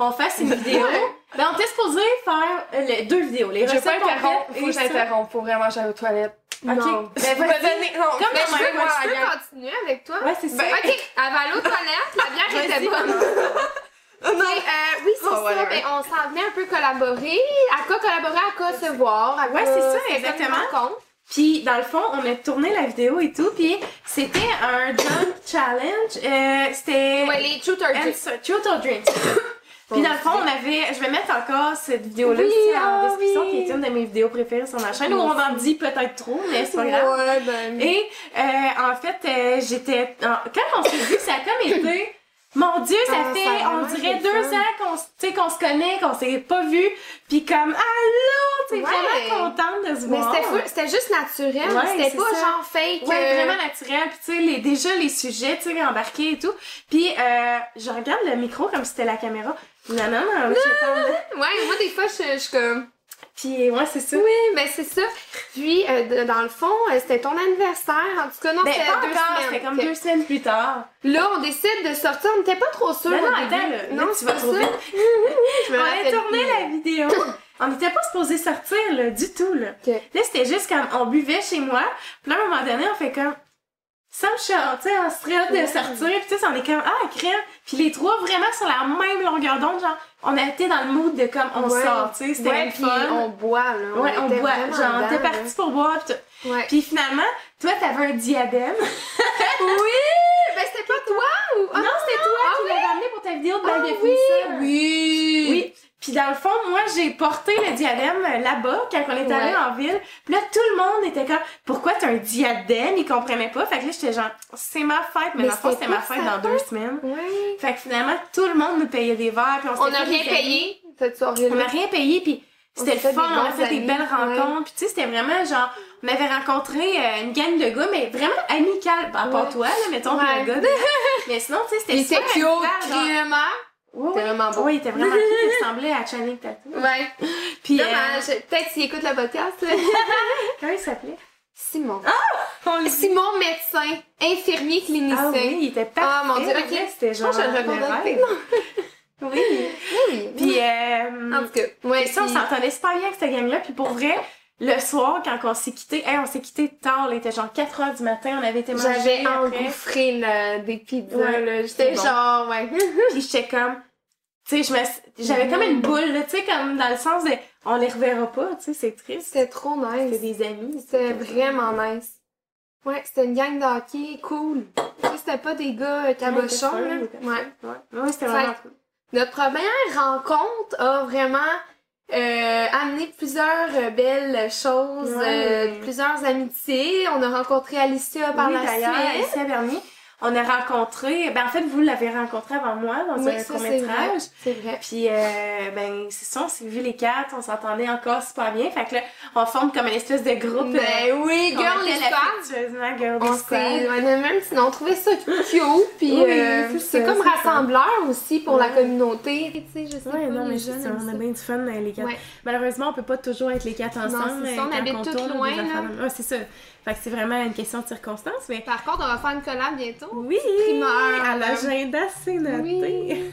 on fasse une vidéo. Ouais. Ben, on était supposé faire euh, les deux vidéos, les Je recettes peux interrompre, complètes faut que et ça. j'interrompe, faut vraiment que j'aille aux toilettes. Non. Ok. Ben, Vous me vas-y. donnez, non, Comme Mais mais dans je ma- fais peux, quoi, je peux gang? continuer avec toi? Ouais, c'est ça. Ben, ok, elle va aller aux toilettes, la bière Vas-y. était bonne. *laughs* Non, Mais, euh, oui, c'est Oh, ça, whatever. ben, on s'en venait un peu collaborer. À quoi collaborer, à quoi se voir, à Ouais, quoi- c'est ça, comme une exactement. rencontre. Puis dans le fond, on a tourné la vidéo et tout, puis c'était un jump challenge. Euh, c'était Ouais, les shooters. Answer- Truth or Drink. Puis dans le fond, on avait, je vais mettre encore cette vidéo-là Oui, aussi en ah description, oui. qui est une de mes vidéos préférées sur ma chaîne, où on en dit peut-être trop, mais c'est pas grave. Ouais, ben, Et euh, en fait, euh, j'étais. en- Quand on s'est vu, ça a comme été. *coughs* Mon Dieu, ça Ah, fait, ça a on vraiment dirait été le deux fun. ans qu'on s- tu sais, qu'on se connaît, qu'on s'est pas vu, puis comme allô, t'es Ouais. vraiment contente de se mais voir. c'était fou- c'était juste naturel, Ouais, c'était c'est pas ça. genre fake. Ouais, euh, vraiment naturel. Puis, tu sais, les, déjà, les sujets, tu sais, embarqués et tout. Puis, euh, je regarde le micro comme si c'était la caméra. Non, non, non, je parle. Ouais, moi, des fois, je je suis comme. Puis, ouais, c'est ça. Oui, ben c'est ça. Puis, euh, de- dans le fond, euh, c'était ton anniversaire. En tout cas, non, Ben, c'était pas deux encore, semaines. c'était comme Fait- deux semaines plus tard. Là, on décide de sortir. On n'était pas trop sûrs. Ben Non, au non, début. attends, là, là, tu c'est vas pas trop ça. vite. *laughs* Je On me a rappelle tourné plus. la vidéo. On n'était pas supposé sortir, là, du tout, là. Ok. Là, c'était juste comme, on buvait chez moi. Puis là, à un moment donné, on fait comme, ça me chante, tu sais, on serait hâte de sortir. Puis, tu sais, on est comme, ah, crème. Puis, les trois, vraiment, sur la même longueur d'onde, genre, on a été dans le mood de comme, on Ouais. sort, tu sais, c'était Ouais, le puis fun. on boit, là. Ouais, on était boit. vraiment Genre, on était dedans, là. parti pour boire. Pis, tout. Ouais. Puis finalement, toi, t'avais un diadème. oui! Ben, c'était pas toi ou. Ah, non, c'était toi ah qui oui! l'avais amené pour ta vidéo de Ah bague de oui! finisseur. Oui! ben Oui. Puis dans le fond, moi, j'ai porté le diadème euh, là-bas quand on est allé Ouais. en ville. Puis là, tout le monde était comme « Pourquoi t'as un diadème? » Ils comprenaient pas. Fait que là, j'étais genre « C'est ma fête. » Mais Mais dans le fond, c'était c'était ma pas fête sa dans deux semaines. Ouais. Fait que finalement, tout le monde nous payait des verres. Puis on On s'était n'a fait rien des amis. payé cette On n'a soirée-là. rien payé. Puis On c'était le s'est fait fun. des On a bons fait des amis, belles ouais. rencontres. Puis tu sais, c'était vraiment genre... On avait rencontré euh, une gang de gars, mais vraiment amicale. À part Ouais. toi, là, mettons, Ouais. puis un gars. *laughs* mais- mais sinon, tu sais, c'était Il était super cute, amical, genre. vraiment. Oui, oui. C'était vraiment beau. Oui, il était vraiment cute. Il ressemblait à Channing Tatum. Ouais. Puis, euh, Dommage. Peut-être s'il écoute le podcast, là. Comment il s'appelait? Simon. Ah! On le Simon, médecin, infirmier clinicien. Oh, Ah oui, il était parfait. Ah, mon Dieu, ok. là, C'était Je genre pense que je le recommande. *laughs* rêve. Oui. Oui, oui. Puis, euh, en tout cas, ouais, et ça, on puis- s'entendait super bien avec cette gang-là. Puis pour vrai, le soir, quand on s'est quitté, hey, on s'est quitté tard. Il était genre 4 heures du matin. On avait été manger J'avais après. engouffré là, des pizzas, Ouais. là. J'étais Bon. Mmh, genre, ouais. Puis j'étais comme... Tu sais, je me- j'avais comme Mm. une boule, là, tu sais, comme dans le sens de... On les reverra pas, tu sais, c'est triste. C'était trop C'est nice. des amis. C'était vraiment nice. Ouais, c'était une gang de hockey, cool. Tu sais, C'était pas des gars euh, cabochons, là. Ouais. Ouais, ouais c'était vraiment Fait- cool. Notre première rencontre a vraiment euh, amené plusieurs euh, belles choses, Ouais. euh, plusieurs amitiés. On a rencontré Alicia par oui, la d'ailleurs, suite. Alicia Bernier. on a rencontré, ben en fait, vous l'avez rencontré avant moi dans Oui, un ça, c'est vrai. court-métrage. C'est vrai. Puis, euh, ben, c'est ça, on s'est vu les quatre, on s'entendait encore super bien. Fait que là, on forme comme une espèce de groupe. euh, Ben oui, qu'on girl, appelle les femmes. affectueusement Girl On Squad. s'est, on a même sinon trouvé ça cute, puis Oui, euh, c'est c'est ça, comme c'est ça. rassembleur aussi pour la Ouais. communauté. Tu sais, je sais Ouais, pas, non, les mais c'est jeunes ça, aiment on a ça. bien du fun euh, les quatre. Ouais. Malheureusement, on peut pas toujours être les quatre c'est ensemble. ça, on euh, quand habite on toutes tourne, des loin, là. affaires de- Ouais, c'est ça. Fait que c'est vraiment une question de circonstance, mais Par contre, on va faire une collab bientôt. oui, primeur, à là. l'agenda, c'est noté.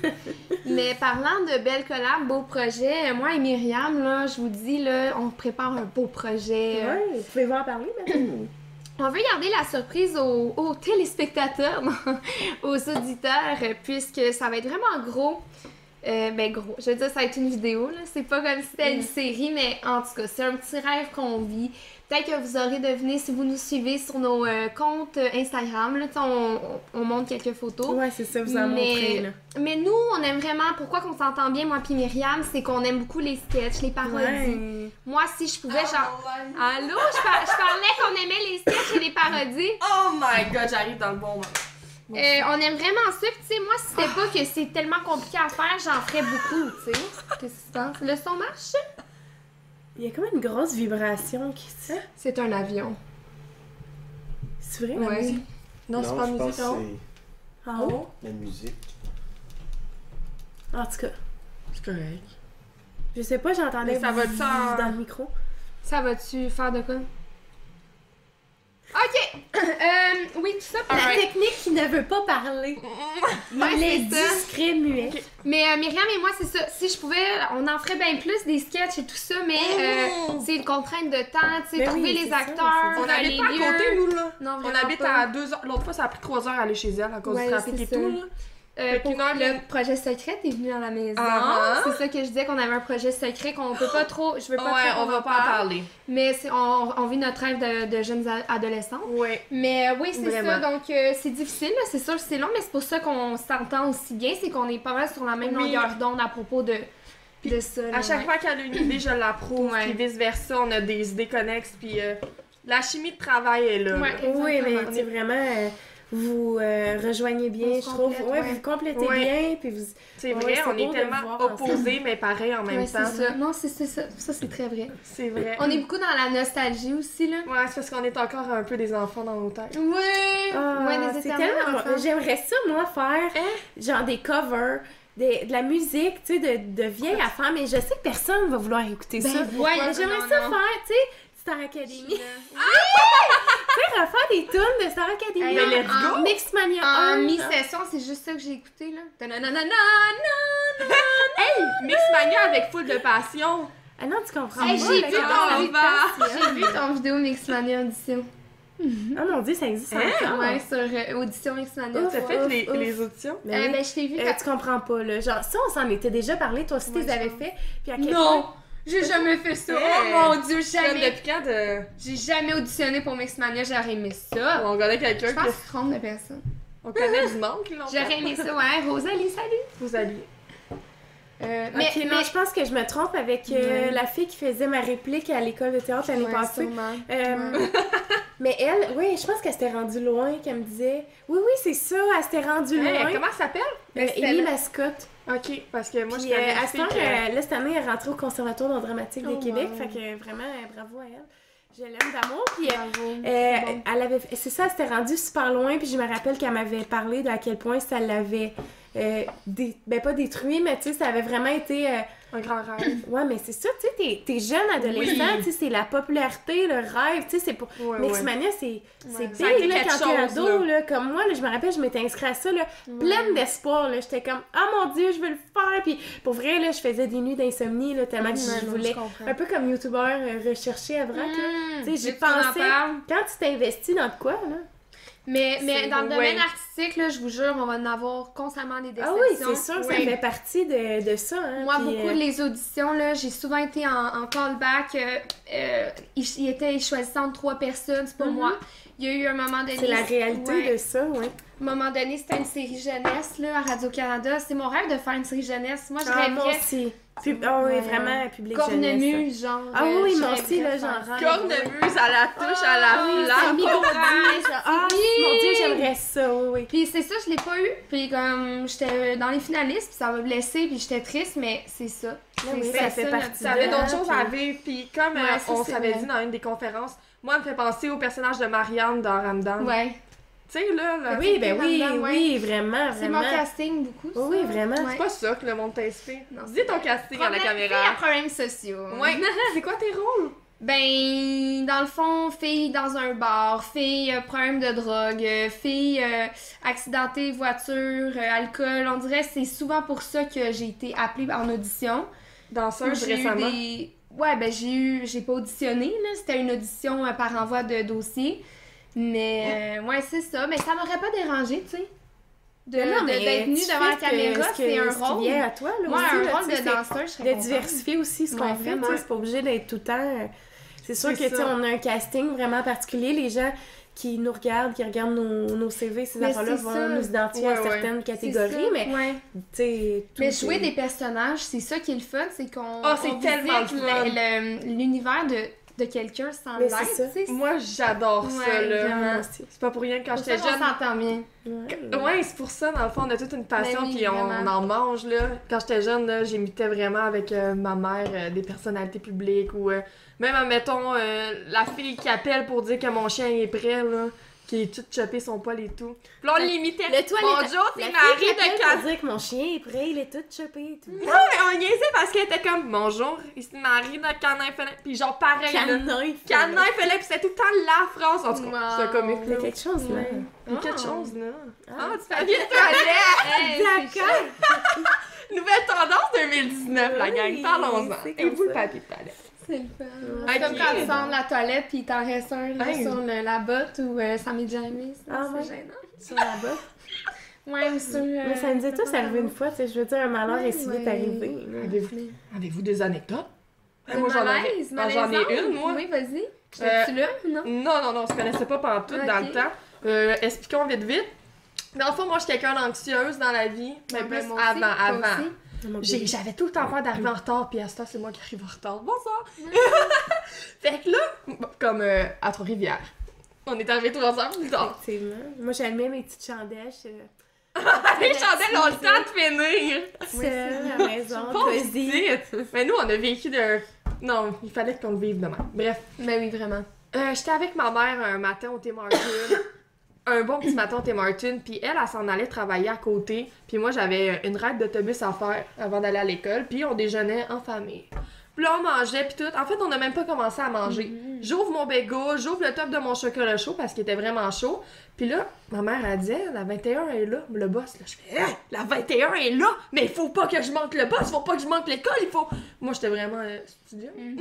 Mais parlant de belles collabs, beaux projets, moi et Myriam, là, je vous dis, là, on prépare un beau projet. euh, Ouais, vous pouvez voir parler maintenant. On veut garder la surprise aux, aux téléspectateurs, *laughs* non, aux auditeurs, euh, puisque ça va être vraiment gros. Euh, ben gros, je veux dire, ça va être une vidéo, là. C'est pas comme si c'était Mm. une série, mais en tout cas, c'est un petit rêve qu'on vit. Peut-être que vous aurez deviné si vous nous suivez sur nos euh, comptes Instagram, là, tu sais, on, on, on montre quelques photos. *coughs* ouais, c'est ça, vous en Mais- montrez, là. Mais nous, on aime vraiment, pourquoi qu'on s'entend bien, moi puis Myriam, c'est qu'on aime beaucoup les sketchs, les parodies. Ouais. Moi, si je pouvais, genre... Allô, je, par- je parlais qu'on aimait les sketchs et les parodies. Oh my god, j'arrive dans le bon moment. Euh, on aime vraiment ça. Puis, Tu sais, moi, si c'était pas que c'est tellement compliqué à faire, j'en ferais beaucoup, tu sais. Qu'est-ce que tu penses? Le son marche? Il y a comme une grosse vibration qui se C'est un avion. C'est vrai? La Ouais. Oh. musique. Non, c'est pas je pense musique, que non? c'est En haut? la musique. En tout cas, C'est correct. je sais pas, j'entendais Mais ça va-tu en- dans le micro. Ça va-tu faire de quoi? OK! *coughs* Euh, oui, tout ça pour... La Alright. technique qui ne veut pas parler. Il Ouais, est c'est ça. discret, muet. Mais euh, Myriam et moi, c'est ça. Si je pouvais, on en ferait bien plus des sketchs et tout ça, mais euh, Oh! c'est une contrainte de temps, tu sais, Ben Mais trouver oui, c'est les ça, acteurs, c'est ça. On les habite pas à lieux. côté, nous, là. Non, On vraiment habite pas. à deux heures. L'autre fois, ça a pris trois heures à aller chez elle à cause Ouais, du trafic c'est et ça. tout, là. Euh, Fait pour qu'une heure de- le projet secret est venu à la maison. Ah. C'est ça que je disais qu'on avait un projet secret qu'on peut pas trop. Je veux pas Ouais, trop on qu'on va en pas en parle, parler. Mais c'est- on, on vit notre rêve de, de jeunes a- adolescents. Ouais. Mais euh, oui, c'est ça. Vraiment. Donc euh, c'est difficile, là, c'est sûr, c'est long, mais c'est pour ça qu'on s'entend aussi bien, c'est qu'on est pas mal sur la même Oui. longueur d'onde à propos de, de ça. là, À chaque ouais. fois qu'elle a une idée, je l'approuve, Ouais. puis vice-versa, on a des idées connexes, puis euh, la chimie de travail est là. Ouais, là. Oui, mais exactement. c'est vraiment. euh, vous euh, rejoignez bien, On je se trouve. complète, ouais, ouais. vous vous complétez Ouais. bien, puis vous. C'est Ouais, vrai, c'est on beau est de le tellement voir opposés, mais pareil en même Ouais, temps. c'est ça. Non, c'est c'est ça. Ça, c'est très vrai. C'est vrai. On est beaucoup dans la nostalgie aussi, là. Ouais, c'est parce qu'on est encore un peu des enfants dans nos *laughs* têtes. Oui! Ah, ouais, des c'est éternels tellement. enfants. J'aimerais ça, moi, faire Hein? genre des covers. des- de la musique, tu sais, de, de vieilles affaires, mais je sais que personne va vouloir écouter Ben, ça. voyons, Mais J'aimerais non, ça non. faire, tu sais, Star Academy. Tu sais, refaire des tunes de Star Academy. Hey, Mais en- let's en- go! Mixmania En 1. mi-session, c'est juste ça que j'ai écouté, là. Ta-na-na-na-na! Mixmania avec full de passion! Ah non, tu comprends Hey, pas. j'ai là, vu quand ton on vidéo. passe, là. ah, J'ai vu ton vidéo Mixmania Audition. Ah mon dieu, ça existe encore. Hein? Ouais, sur euh, Audition Mixmania. Ah. Ouf, T'as fait ouf, les, ouf. les auditions? Mais Euh, oui. ben, je t'ai vu. Euh, quand- tu comprends pas, là. Genre, ça, on s'en était déjà parlé, toi aussi, tu Ouais, les avais je fait. Puis à quel Non! J'ai jamais fait ça. Hey. Oh mon dieu, Comme jamais. depuis quand de... J'ai jamais auditionné pour Mixmania, j'aurais aimé ça. on connaît Ah. Je quelqu'un pense que tu te trompes de personne. qu'on connaît du monde *laughs* qui l'ont fait? J'aurais aimé ça, ouais. Rosalie, salut! Vous alliez. Euh, Mais, non, je pense que je me trompe avec euh, la fille qui faisait ma réplique à l'école de théâtre l'année Ouais, passée. sûrement. Euh, mais elle, oui, je pense qu'elle s'était rendue loin, qu'elle me disait. Oui, oui, c'est ça, elle s'était rendue Hey, loin. comment ça s'appelle? Euh, c'était Émilie là. Mascotte. Ok, parce que moi, je Puis, euh, connais à une ce fille temps, que- euh, là, cette année, elle est rentrée au Conservatoire d'art dramatique Oh, de Québec. wow. Fait que euh, vraiment, euh, bravo à elle. Je l'aime d'amour. Puis, euh, Bravo. Mm, Euh, Bon. elle avait c'est ça elle s'était rendue super loin puis je me rappelle qu'elle m'avait parlé de à quel point ça l'avait euh, dé- ben pas détruit mais tu sais ça avait vraiment été euh, Un grand rêve. *coughs* ouais mais c'est ça tu sais t'es- t'es jeune adolescent tu sais c'est la popularité le rêve tu sais c'est pour Ouais, ouais. Mixmania c'est c'est Ça a big été là, quelque quand t'es chose, ado là. comme moi là, je me rappelle je m'étais inscrite à ça là, pleine d'espoir là j'étais comme ah mon dieu je veux le faire puis pour vrai là je faisais des nuits d'insomnie là tellement que je voulais un peu comme youtubeur euh, recherché à vrac Mm. là. Mmh, Tu sais, j'y vu que en pensais. parles. quand tu t'investis dans de quoi là Mais, mais C'est- dans le ouais. domaine artistique, là, je vous jure, on va en avoir constamment des Ah déceptions. oui, c'est sûr, ça Oui. fait partie de, de ça. Hein, Moi, puis, beaucoup euh, de les auditions, là, j'ai souvent été en, en callback. Euh, euh, ils, ils étaient ils choisissaient entre trois personnes, c'est pas Mhm. moi. Il y a eu un moment donné. C'est la réalité ouais. de ça, oui. un moment donné, c'était une série jeunesse là, à Radio-Canada. C'est mon rêve de faire une série jeunesse. Moi, je Ah, moi rêverais aussi. Pub- oh, oui, Ouais. vraiment, public jeunesse. cornemuse, genre. Ah euh, oui, je moi aussi, là, rêverais j'en faire- rêve. Cornemuse à la touche, à la c'est flamme. mi-cornemuse. Ah, Oui! mon Dieu, j'aimerais ça, oui, oui. Puis c'est ça, je l'ai pas eu. Puis comme j'étais euh, dans les finalistes, puis ça m'a blessée, puis j'étais triste, mais c'est ça. Là, Ah oui, C'est ça fait notre- partie Ça avait de- d'autres choses à puis- vivre. Puis comme Ouais, euh, ça, on c'est s'avait vrai. dit dans une des conférences, moi, elle me fait penser au personnage de Marianne dans Ramdan. Ouais. Tu sais, là, Ah, là, Oui, ben oui, Madame, ouais. oui, vraiment, C'est mon vraiment. casting beaucoup. ça. Oui, oui, vraiment. c'est Ouais. pas ça que le monde t'inspire. Non, Dis ton casting à la Problème- caméra. fille à problèmes sociaux. Ouais. *laughs* c'est quoi tes rôles? Ben, dans le fond, fille dans un bar, fille euh, problème de drogue, euh, fille euh, accidentée, voiture, euh, alcool. On dirait que c'est souvent pour ça que j'ai été appelée en audition. Danseuse J'ai eu récemment. des- Ouais, ben j'ai eu... J'ai pas auditionné, là. C'était une audition euh, par envoi de dossier. Mais, euh, ouais, c'est ça. Mais ça m'aurait pas dérangé, tu sais. De Non, de- mais d'être tu nue fais devant la ce que- caméra, ce que- c'est un ce qui rôle. vient à toi, là, Moi, aussi, là, un rôle tu sais, de c'est- danseur, je serais de contente. diversifier aussi ce qu'on Ouais, fait, tu sais, ouais. c'est pas obligé d'être tout le temps. euh, C'est sûr C'est que tu sais, ça. on a un casting vraiment particulier. Les gens qui nous regardent, qui regardent nos, nos CV, ces Mais affaires-là c'est vont ça. nous identifier à Ouais, ouais. certaines C'est catégories, ça, mais tu ouais. sais, tout Mais est- jouer des personnages, c'est ça qui est le fun, c'est qu'on Ah, c'est on tellement visite le fun. le- le- l'univers de, de quelqu'un sans Mais l'être, c'est tu ça. sais. Moi, j'adore ça, Ouais, là. Vraiment, vraiment. c'est- C'est pas pour rien que quand Pour ça j'étais qu'on jeune. *laughs* s'entend bien. ouais. Ouais, c'est pour ça, dans le fond, on a toute une passion, Ben oui, puis on, on vraiment. en mange, là. Quand j'étais jeune, là, j'imitais vraiment avec euh, ma mère euh, des personnalités publiques, ou euh, même, admettons, euh, la fille qui appelle pour dire que mon chien est prêt, là, qui est toute chopée son poil et tout. Puis là, on l'imitait. Le toilette. Bonjour, La c'est fille Marie qui appelle de pour Casse. dire que mon chien est prêt, il est tout chopé et tout. Non, mais on niaisait parce qu'elle était comme, bonjour, c'est Marie de Canin Philippe. Puis genre, pareil, là. Canin, il fait- Canin Philippe, c'était tout le temps la phrase. En tout cas, Wow. c'est un comique, Il y là. a quelque chose, là. Ouais. Il y a quelque Ah. chose, là. Ah. Ah, tu fais bien toi. Hey, c'est D'accord. Nouvelle tendance 2019, la gang, Oui, parlons-en. c'est Et comme vous, le ça. papier de palette. C'est le fun. Ok. C'est comme quand tu sors de la toilette pis il t'en reste un là, Hey. sur le- la botte ou euh, ça m'est déjà aimé. ça, Ah, c'est ouais. gênant. Sur la botte. Ouais, euh, ou sur. Mais ça nous est tous arrivé une fois, tu sais, je veux dire, un malheur Ouais, est si vite ouais. arrivé. là. Avez-vous des anecdotes? fois. moi, j'en ai, ah, j'en ai une, moi. Oui, vas-y. Euh, Tu l'as, non? Non, non, non, on se connaissait pas pantoute tout dans Ok. le temps. Euh, expliquons vite, vite. Dans le fond, moi, je suis quelqu'un d'anxieuse dans la vie. Mais Ouais, plus ben, moi aussi, avant, toi avant. aussi. Mon J'ai- bébé. J'avais tout le temps peur d'arriver en retard, puis à ce temps, c'est moi qui arrive en retard. Bonsoir! *laughs* fait que là, bon, comme euh, à Trois-Rivières, on est arrivés tous ensemble plus tard. Effectivement. Moi, j'allumais mes petites chandelles. Je... Les chandelles ont le temps de finir! seule à la euh, *laughs* maison, Pas cosy. petite. Mais nous, on a vécu de... Non, il fallait qu'on le vive demain. Bref, Mais Ben oui, vraiment. euh, j'étais avec ma mère un matin au Tim Martin. un bon petit matin au Tim Martin. Puis elle, elle s'en allait travailler à côté. Puis moi, j'avais une ride d'autobus à faire avant d'aller à l'école. Puis on déjeunait en famille. Puis là, on mangeait, puis tout. En fait, on n'a même pas commencé à manger. J'ouvre mon bégo, j'ouvre le top de mon chocolat chaud parce qu'il était vraiment chaud. Puis là, ma mère, elle dit, la 21 est là. Le boss, là, je fais, Hein? la 21 est là, mais il faut pas que je manque le boss, faut pas que je manque l'école, il faut. Moi, j'étais vraiment euh, studieuse. Mhm.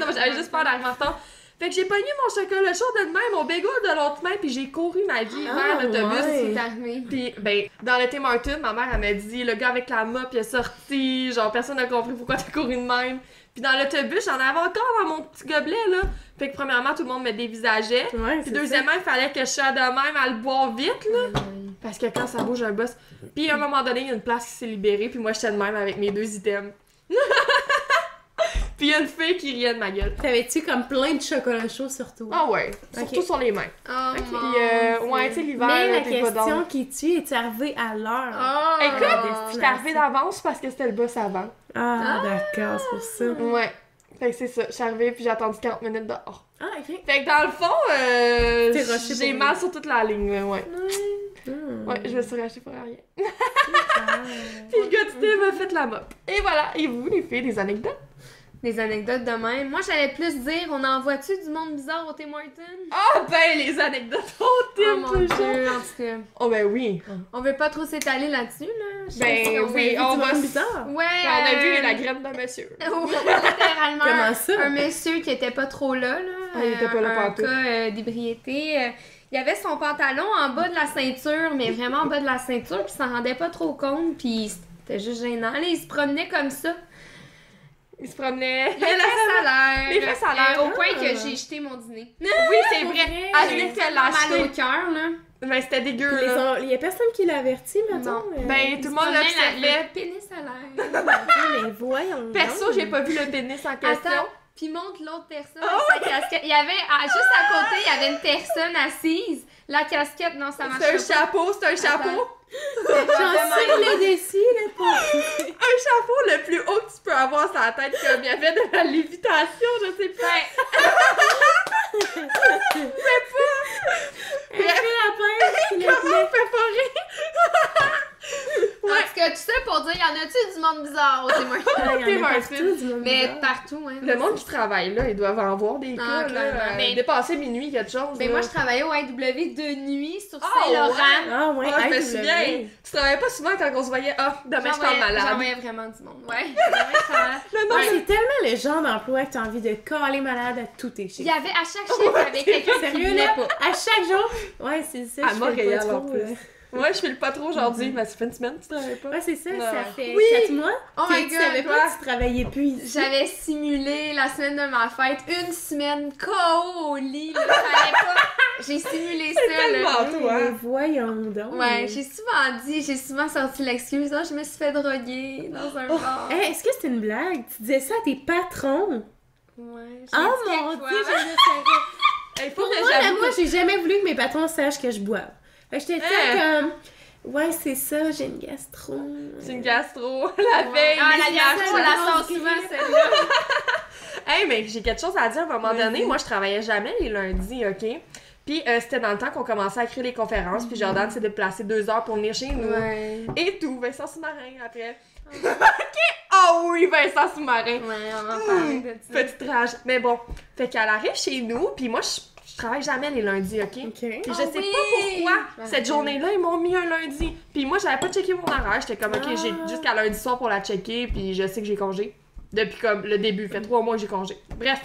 non, j'avais juste peur d'arriver en retard. Fait que j'ai pogné mon chocolat chaud de main, mon bégo de l'autre main, puis j'ai couru ma vie Ah, vers l'autobus. ouais. *laughs* C'est arrivé. Puis, ben, dans le Tim Martin, ma mère, elle m'a dit, le gars avec la mop, il est sorti, genre, personne n'a compris pourquoi t'as couru de même. Puis dans l'autobus, j'en avais encore dans mon petit gobelet, là. Fait que premièrement, tout le monde me dévisageait. Ouais, Puis c'est deuxièmement, il fallait que je sois de même à le boire vite, là. Parce que quand ça bouge, un boss. Puis à un moment donné, il y a une place qui s'est libérée, puis moi, j'étais de même avec mes deux items. *laughs* puis il y a une fille qui riait de ma gueule. ça. T'avais-tu comme plein de chocolat chaud sur toi? Ah ouais, surtout Ok. sur les mains. Oh, Puis euh, ouais, tu sais, l'hiver, Mais là, la t'es pas dans... question qui tue, es-tu arrivé à l'heure? Oh! Écoute, Ah, j'étais arrivée d'avance parce que c'était le boss avant. Ah, d'accord, c'est pour ça. Ouais. Fait que c'est ça. Je suis arrivée puis j'ai attendu 40 minutes dehors. Ah, ok. Fait que dans le fond, euh, T'es rushée j'ai pour mal sur toute la ligne, mais ouais. Hmm. Ouais, je me suis rachetée pour rien. Ah. Puis le gars du thé m'a fait la mop. Et voilà. Et vous, les filles, des anecdotes? Des anecdotes de même. Moi, j'allais plus dire, on envoie-tu du monde bizarre au Tim Hortons? Ah ben, les anecdotes ont été Oh mon dieu, Euh. en tout cas. Oh ben oui. On veut pas trop s'étaler là-dessus, là. Je sais pas si Ben on oui, Tu on vois, va... bizarre. Ouais. On a vu euh, la graine de monsieur. ouais, littéralement. Comment ça? Un monsieur qui était pas trop là, là. Ah, il était pas là un- pantoute. Un cas euh, d'ébriété. euh, il avait son pantalon en bas de la ceinture, mais vraiment en bas de la ceinture, puis il s'en rendait pas trop compte, puis c'était juste gênant. Là, il se promenait comme ça. Il se promenait. Les fesses à l'air. Les fesses à l'air. Euh, Au point Ah. *laughs* que j'ai jeté mon dîner. Oui, c'est vrai. vrai. Elle venait de Mal au l'acheter. cœur, là. Ben, c'était dégueu, Puis les là. en- Il y a personne qui l'a averti, mettons. Non. euh, Ben, tout le monde l'observait. le pénis à l'air. mais voyons. Perso, donc. j'ai pas vu le pénis en question. Ah Attends, puis montre l'autre personne avec sa casquette. Il y avait, ah, juste à côté, il y avait une personne assise. La casquette, non, ça marche C'est un pas. chapeau, c'est un chapeau. J'en suis les déçus, là, pour- Un chapeau le plus haut que tu peux avoir sur la tête, comme il y avait de la lévitation, je sais pas. Ben, Un peu la *laughs* peine, s'il vous plaît. En tout cas, tout ça pour dire, il y en a-tu du monde bizarre au *laughs* témoin? Ah, il y en a Martin. partout, du moment. Mais partout, hein. Le monde qui travaille là, ils doivent en voir des cas, Ah, là. clairement. euh, Ben, Mais- Dépasser minuit, quelque chose. Mais Ben, là. moi, je travaillais au AW de nuit sur Ah, Saint-Laurent. Ah, ouais, Ah, je me AW. souviens. Tu travaillais pas souvent quand on se voyait. Ah, demain, je tombe J'envoyais- malade. J'envoyais vraiment du monde, ouais. J'envoyais ça *laughs* malade. Le Ah, nombre de- C'est tellement le genre d'emploi que t'as envie de coller malade à tout tes Il chiffres. y avait, à chaque chiffre, *laughs* il y avait quelqu'un qui Sérieux, venait là? pas. À chaque jour? Ouais, c'est ça. À je fais Montréal, pas en trop, plus. euh. Moi, je file pas trop aujourd'hui, mais ça fait une semaine que tu travailles pas. Ouais, c'est ça, Ouais. ça fait Oui! 4 mois. Oh que my tu savais god, pas que tu travaillais plus ici. J'avais simulé la semaine de ma fête, une semaine KO au lit, là, fallait pas. J'ai simulé ça, là. Tellement, toi. Eh, Mais voyons donc. Ouais, j'ai souvent dit, j'ai souvent sorti l'excuse, oh, je me suis fait droguer dans Oh, un bar. Hey, Eh, Est-ce que c'est une blague? Tu disais ça à tes patrons? Ouais, j'ai Oh dit mon quelquefois. dieu, je le savais. Hey, faut Pour que moi, là, j'avoue moi, j'ai jamais voulu que mes patrons sachent que je boive. Fait que j'étais tout le temps comme, ouais, c'est ça, j'ai une gastro. que Ah. c'est une gastro *laughs* la veille. Ah, la les gastro, gastro, on la gastro, sort souvent, gris. celle-là. Hey, mais j'ai quelque chose à dire à un moment donné. Moi, je travaillais jamais les lundis, OK? Puis euh, c'était dans le temps qu'on commençait à créer les conférences, puis Jordan s'est déplacé deux heures pour venir chez nous. Ouais. Et tout, Vincent Sous-Marin après. Ah. *laughs* OK? Oh oui, Vincent Sous-Marin. Ouais, on va parler de ça. Petite rage. Mais bon, fait qu'elle arrive chez nous, puis moi, je, je travaille jamais les lundis, OK? Ok. Puis Ah je sais oui! Ah pas Je pourquoi, me cette rappelle. journée-là, ils m'ont mis un lundi. Puis moi, j'avais pas checké mon horaire. J'étais comme, OK, Ah. j'ai jusqu'à lundi soir pour la checker, puis je sais que j'ai congé. Depuis comme le début, fait trois mois que j'ai congé. Bref,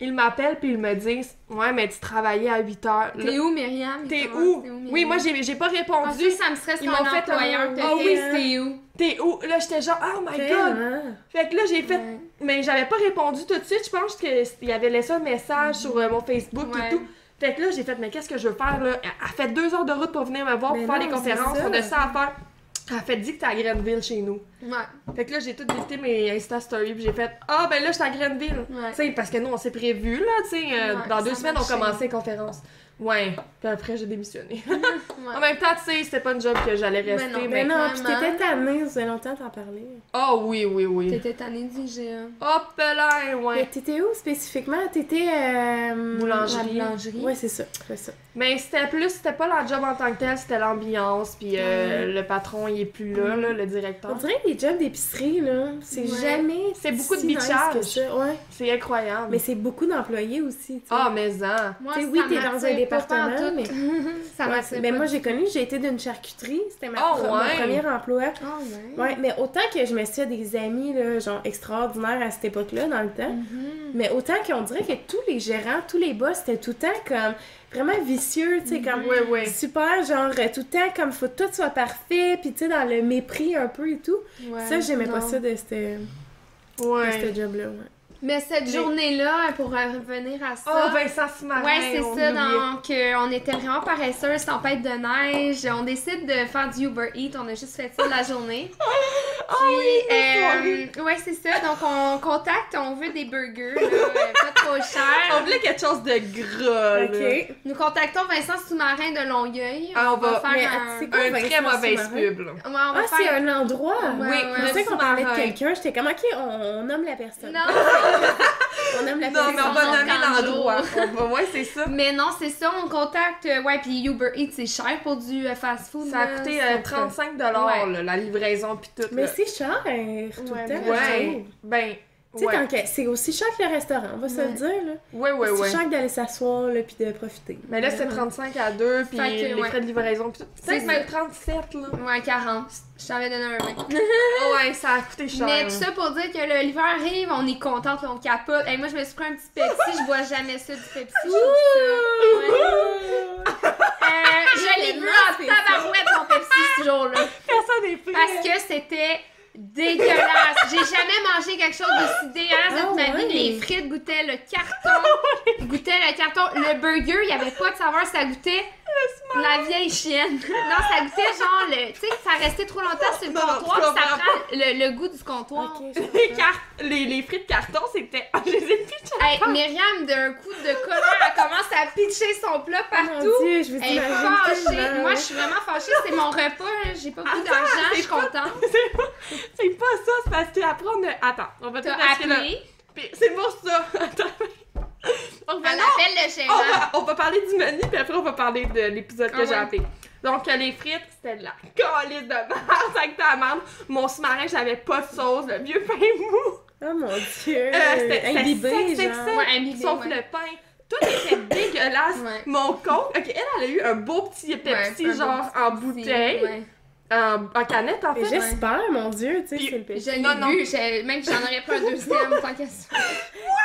ils m'appellent, puis ils me disent, Ouais, mais tu travaillais à 8 heures. Là, T'es où, Myriam? T'es Comment où? t'es Oui, Myriam? moi, j'ai j'ai pas Ah, répondu. ça, ça me serait son Ils m'ont fait un- oh employeur. Ah Ah oui, oui, t'es où? T'es où? Là, j'étais genre, Oh my god! Tellement. Fait que là, j'ai fait. Ouais. Mais j'avais pas répondu tout de suite. Je pense qu'il avait laissé un message sur euh, mon Facebook et Mm-hmm. Ouais. tout. Fait que là, j'ai fait, mais qu'est-ce que je veux faire là? Elle elle fait deux heures de route pour venir me voir, Mais pour faire non, les c'est conférences, ça. on a ça à faire. Elle fait, dit que t'es à Grenville chez nous. Ouais. Fait que là, j'ai tout dicté mes Insta Stories, puis j'ai fait, ah ben là, je suis à Grenville. Ouais. Tu sais, parce que nous, on s'est prévu là, tu sais, euh, Ouais, dans ça deux semaines, on marchait. commençait les conférences. Ouais, puis après, j'ai démissionné. Ouais. en même temps, tu sais, c'était pas une job que j'allais Ah. Mais rester, non. mais. Mais non, pis clairement. t'étais tannée, ça faisait longtemps t'en parler. Oh oui, oui, oui. T'étais tannée du IGA. Hop là, Mais ouais. t'étais où spécifiquement? T'étais. Euh... Boulangerie. Mm, La boulangerie. Ouais, c'est ça, c'est ça. Mais c'était plus, c'était pas la job en tant que tel, c'était l'ambiance, puis euh, le patron, il est plus là, là, le Mm. On directeur. dirait que les jobs d'épicerie, là, c'est Ouais. jamais. C'est beaucoup de si nice bitchage. que ça, Ouais. C'est incroyable. Mais c'est beaucoup d'employés aussi. tu sais. Ah, mais ça. Moi, Tu sais, oui, ça t'es dans un m'attire pas département, pantoute. mais. *laughs* Ça Ouais, m'a c'est- ben, moi, j'ai connu, j'ai été d'une charcuterie. C'était ma Oh, pro- mon ouais. Mm. premier emploi. Oh, ouais. Ouais, mais autant que je me suis fait des amis, là, genre extraordinaires à cette époque-là, dans le temps. Mm. Mais autant qu'on dirait que tous les gérants, tous les boss, c'était tout le temps comme vraiment vicieux, tu sais, comme. Oui, oui. Super, genre euh, tout le temps comme faut que tout soit parfait, puis tu sais, dans le mépris un peu et tout. Ouais, ça, j'aimais pas non. ça de ce de Ouais. ce job-là. ouais. Mais cette journée-là, pour revenir à Ah. ça. ben, Oh, Vincent Smarin. Ouais, c'est on ça. l'oubliait. Donc, euh, on était vraiment paresseuses, tempête de neige. On décide de faire du Uber Eats. On a juste fait ça *laughs* la journée. Ah Puis, oui, euh, ouais, c'est ça. Donc, on contacte, on veut des burgers, là, euh, pas trop On chers. voulait quelque chose de gras, là. Ok. Nous contactons Vincent Sous-Marin de Longueuil. Ah, on va- mais, faire ah, un... tu sais quoi, Une Vincent très mauvaise Sous-Marin. pub, là. Ouais, on va Ah, c'est faire... un endroit! Ouais, oui, ouais. Je pensais Vincent qu'on parlait de Sous-Marin. quelqu'un, j'étais comme, ok, on, on nomme la personne. Non, On nomme la Non, personne. mais on va Vincent nommer Sous-Marin. l'endroit. On va- Ouais, c'est ça. Mais non, c'est ça, on contacte. euh, Ouais, puis Uber Eats, c'est cher pour du euh, fast-food. Ça a là, coûté c'est- euh, 35 là, la livraison puis tout. Mais là. c'est cher, tout le Ouais, temps. je Ouais. trouve. Ben, Tu sais, ouais. tant que- c'est aussi cher que le restaurant, on va se le Ouais. dire. là. Ouais, ouais, c'est ouais. cher que d'aller s'asseoir, là, puis de profiter. Mais là, c'était 35 à 2, puis Fait que, les ouais. frais de livraison puis tout. Peut-être même 37, là. Ah Ouais, 40. Je t'avais donné un 20. ouais, ça a coûté cher. Mais tout ça pour dire que le- l'hiver arrive, on est contente, là, on capote. Et moi, je me suis pris un petit Pepsi, je bois jamais ça du Pepsi. je *laughs* trouve ça- ouais. Euh, je l'ai bu en tabarouette, mon Pepsi, ce jour-là. Personne n'est fait. Parce que c'était dégueulasse. J'ai jamais mangé quelque chose d'aussi dégueulasse de Ah toute ma vie. ouais. Les frites goûtaient le carton. goûtaient le carton. Le burger, il y avait pas de saveur, ça goûtait La vieille chienne. non, ça goûtait genre le. Tu sais, ça restait trop longtemps sur le Non, comptoir, je puis ça comprends prend le, le goût du comptoir. *laughs* Ok, je Les, comprends. cartes, les, les frites carton, c'était. *laughs* Ah, je les ai pitchées. Hey, Myriam, d'un coup de colère, elle commence à pitcher son plat partout. Oh Mon Dieu, je vous Elle est imagine fâchée. tellement. Moi, je suis vraiment fâchée. C'est mon repas. hein. J'ai pas beaucoup Attends, d'argent. Je c'est suis contente. C'est pas, c'est pas ça, c'est parce qu'après on a. Attends, on va tout T'as parce que là- appelé. Puis C'est pour ça. *laughs* Attends. On va, Elle appelle le on, gérant. va, on va parler du menu, puis après on va parler de l'épisode que Ah ouais. j'ai raté. Donc euh, les frites, c'était de la colisse de *laughs* merde avec ta amande. Mon sous-marin, j'avais pas de sauce, le vieux pain mou. Oh mon dieu! Euh, c'était- c'était imbibé, sec, sec, genre. sec. Ouais, un Sauf le pain. Tout était dégueulasse. Ouais. Mon con. Ok, elle, elle a eu un beau petit Pepsi, un beau genre en bouteille, Ouais. en, en canette en Mais fait. J'espère, mon dieu, tu sais, Puis- c'est le péché. Je l'ai Non, non. bu. j'ai- Même si j'en aurais pas un deuxième, tant qu'à *laughs* ça.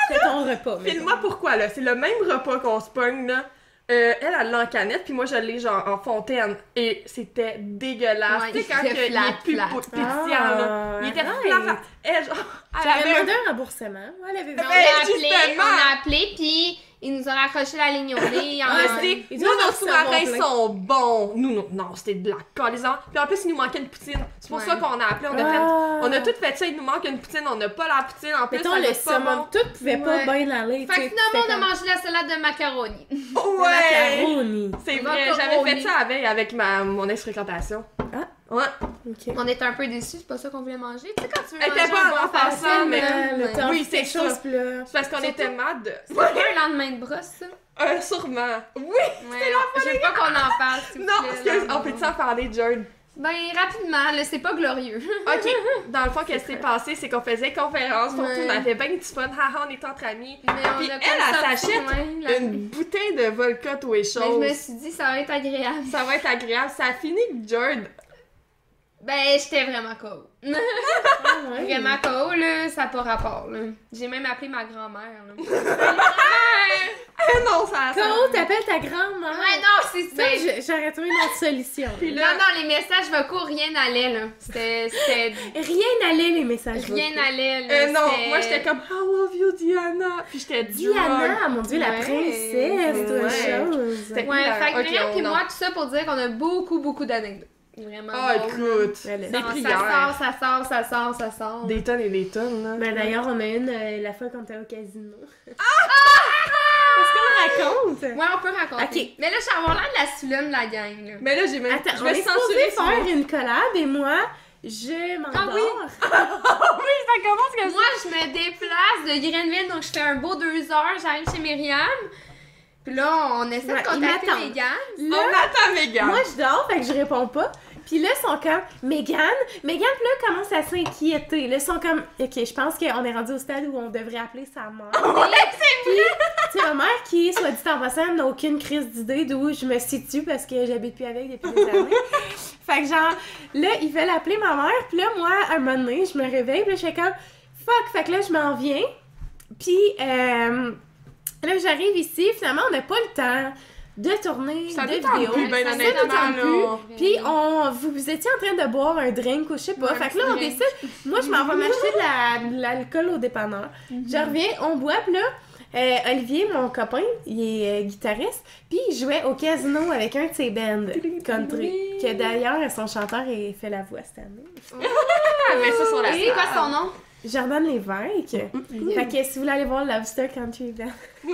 C'était ton repas, mais. File-moi pourquoi, là. C'est le même repas qu'on se pogne, là. Euh, elle, elle l'a en canette, puis moi, je l'ai, genre, en fontaine. Et c'était dégueulasse. Ouais, tu il sais, quand était que il flat, est plus flat. pou- pétillant, là. Il était ah, flat, flat. Elle, genre, elle J'aurais avait un- demandé un remboursement. Ouais, elle avait Mais on Ben, a appelé, justement. on a appelé, puis ils nous ont raccroché la ligne au nez. en- Ah, Ouais. c'est- Ils Nous, doivent en nos recevoir sous-marins plein. sont bons. Nous, non, non c'était de la colaison. Puis en plus, il nous manquait une poutine. C'est pour Ouais. ça qu'on a appelé. On a, fait, Ah. on a tout fait ça. Il nous manque une poutine. On n'a pas la poutine. En plus, Mettons, ça le goûte pas summum, tout pouvait pas Ouais. bien aller. tu Fait sais, que finalement, on c'était a mangé la salade de macaroni. bon. comme Ouais! Macaroni. C'est Le vrai, macaroni. j'avais fait ça avec, avec ma, mon ex-fréquentation. Ah. Ouais. Ok. On était un peu déçus, c'est pas ça qu'on voulait manger. Tu sais, quand tu veux Elle manger était pas un en bon passant, parfum, mais- là, Ah, Le temps, Oui, quelque c'est ça. chose, puis là. C'est parce qu'on Surtout- était malade. C'est *laughs* pas un lendemain de brosse, ça? Euh, sûrement. Oui! Ouais, je veux pas qu'on en parle, s'il vous Non, plaît, excuse, là. on peut-tu en parler, Jord? Ben, rapidement, là, c'est pas glorieux. *laughs* Ok, dans le fond, qu'est-ce qui s'est passé, c'est qu'on faisait conférence, pour Ouais. on avait bien du fun, haha, on était entre amis. Mais on Puis a comme elle, elle sorti s'achète loin, là. Une bouteille de Volca tout est Mais Ben, je chose. me suis dit, ça va être agréable. Ça va être agréable. Ça a fini que Jord. Ben, j'étais vraiment *laughs* cool. Ah, ouais. Vraiment cool, là, ça n'a pas rapport, là. J'ai même appelé ma grand-mère, *laughs* là. ouais, Ah non, ça a Coco, t'appelles ta grand-mère. non, c'est ça. Ça, je- j'aurais trouvé une autre solution. Puis Non, là, non, les messages vocaux, rien n'allait, là. C'était... c'était- Ah, Rien n'allait, les messages. Rien vocaux. n'allait, là. euh, non, c'était- moi j'étais comme I love you, Diana. Puis j'étais drôle. Diana, mon dieu, la Ouais. princesse, toute Ouais. chose. C'était- Ouais, Là, fait que ok, Myriam on puis en- moi, tout ça pour dire qu'on a beaucoup, beaucoup d'anecdotes. Vraiment. Ah, Oh, drôles. écoute. Elle est- Des Non, prières. Ça sort, ça sort, ça sort, ça sort. Des tonnes et des tonnes, là. Ben, d'ailleurs, on a une euh, la fois quand t'es au casino. Est-ce qu'on raconte? Ouais, on peut raconter. Ok. Mais là, je suis avoir l'air de la soulune de la gang, là. Mais là, j'ai même. Attends, je on me est suis supposé censurée sur faire une collab et moi, je m'endors. *laughs* Ah oui. Ça commence comme Moi, je me déplace de Greenville, donc je fais un beau deux heures, j'arrive chez Myriam. Puis là, on essaie Ouais, de ils contacter m'attendent. Megan. Là, On attend Megan. moi, je dors, fait que je réponds pas. Puis là, ils sont comme, Mégane, Mégane, puis là, commence à s'inquiéter. Là, ils sont comme, OK, je pense qu'on est rendu au stade où on devrait appeler sa mère. C'est ma mère qui, soit dit en passant, n'a aucune crise d'idée d'où je me situe parce que j'habite plus avec depuis des années. fait que genre, là, ils veulent appeler ma mère, puis là, moi, à un moment donné, je me réveille, puis là, je fais comme fuck, fait que là, je m'en viens. Puis euh, là, j'arrive ici, finalement, on n'a pas le temps de tourner Ça de nous tente vidéo. plus, Ça ben nous honnêtement, tente là. plus. Puis on, vous, vous étiez en train de boire un drink ou je sais pas. Ben Ouais, fait un que là, on petit décide. Moi, je m'en vais m'acheter de la- de l'alcool au dépanneur. Je reviens, on boit, puis là, euh, Olivier, mon copain, il est euh, guitariste, puis il jouait au casino avec un de ses bands country, que d'ailleurs, son chanteur il fait la voix cette année. Ah, mais ça sur la Et C'est quoi son nom? Jordan Lévesque. Fait que si vous voulez aller voir le Lobster Country Band *laughs*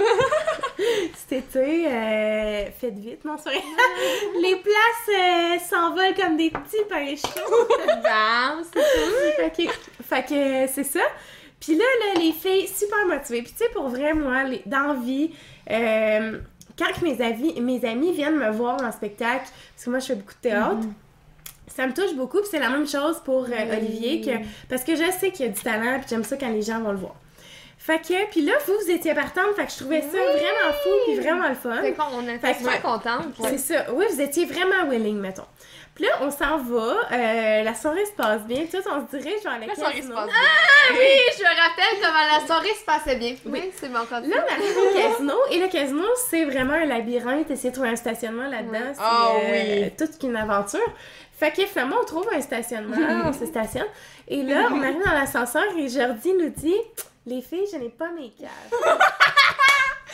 cet été, euh, faites vite, non, c'est vrai. *laughs* Les places euh, s'envolent comme des petits pains chauds. Bam, c'est fait que, fait que, euh, c'est ça. Puis là, là, les filles, super motivées. Puis tu sais, pour vrai, moi, les, dans la vie, euh, quand que mes, avis, mes amis viennent me voir en spectacle, parce que moi, je fais beaucoup de théâtre, Mhm. ça me touche beaucoup. Puis c'est la même chose pour euh, Olivier, que, parce que je sais qu'il y a du talent, puis j'aime ça quand les gens vont le voir. Fait que, puis là, vous, vous étiez partante, fait que je trouvais ça vraiment fou, puis vraiment le fun. Fait Ah qu'on on Fait était que- super contentes. C'est ça. Oui, vous étiez vraiment willing, mettons. Puis là, on s'en va. euh, la soirée se passe bien. Tout, on se dirige vers le La soirée se casino. passe. Oui, je me rappelle comment la soirée se passait bien. Oui. Oui, c'est mon Là, on arrive au casino. Et le casino, c'est vraiment un labyrinthe. Essayer de trouver un stationnement là-dedans, Ouais. c'est Ah euh, oui. toute une aventure. Fait que finalement, on trouve un stationnement. *laughs* on se stationne. Et là, on *laughs* arrive dans l'ascenseur et Jordi nous dit... Les filles, je n'ai pas mes caves.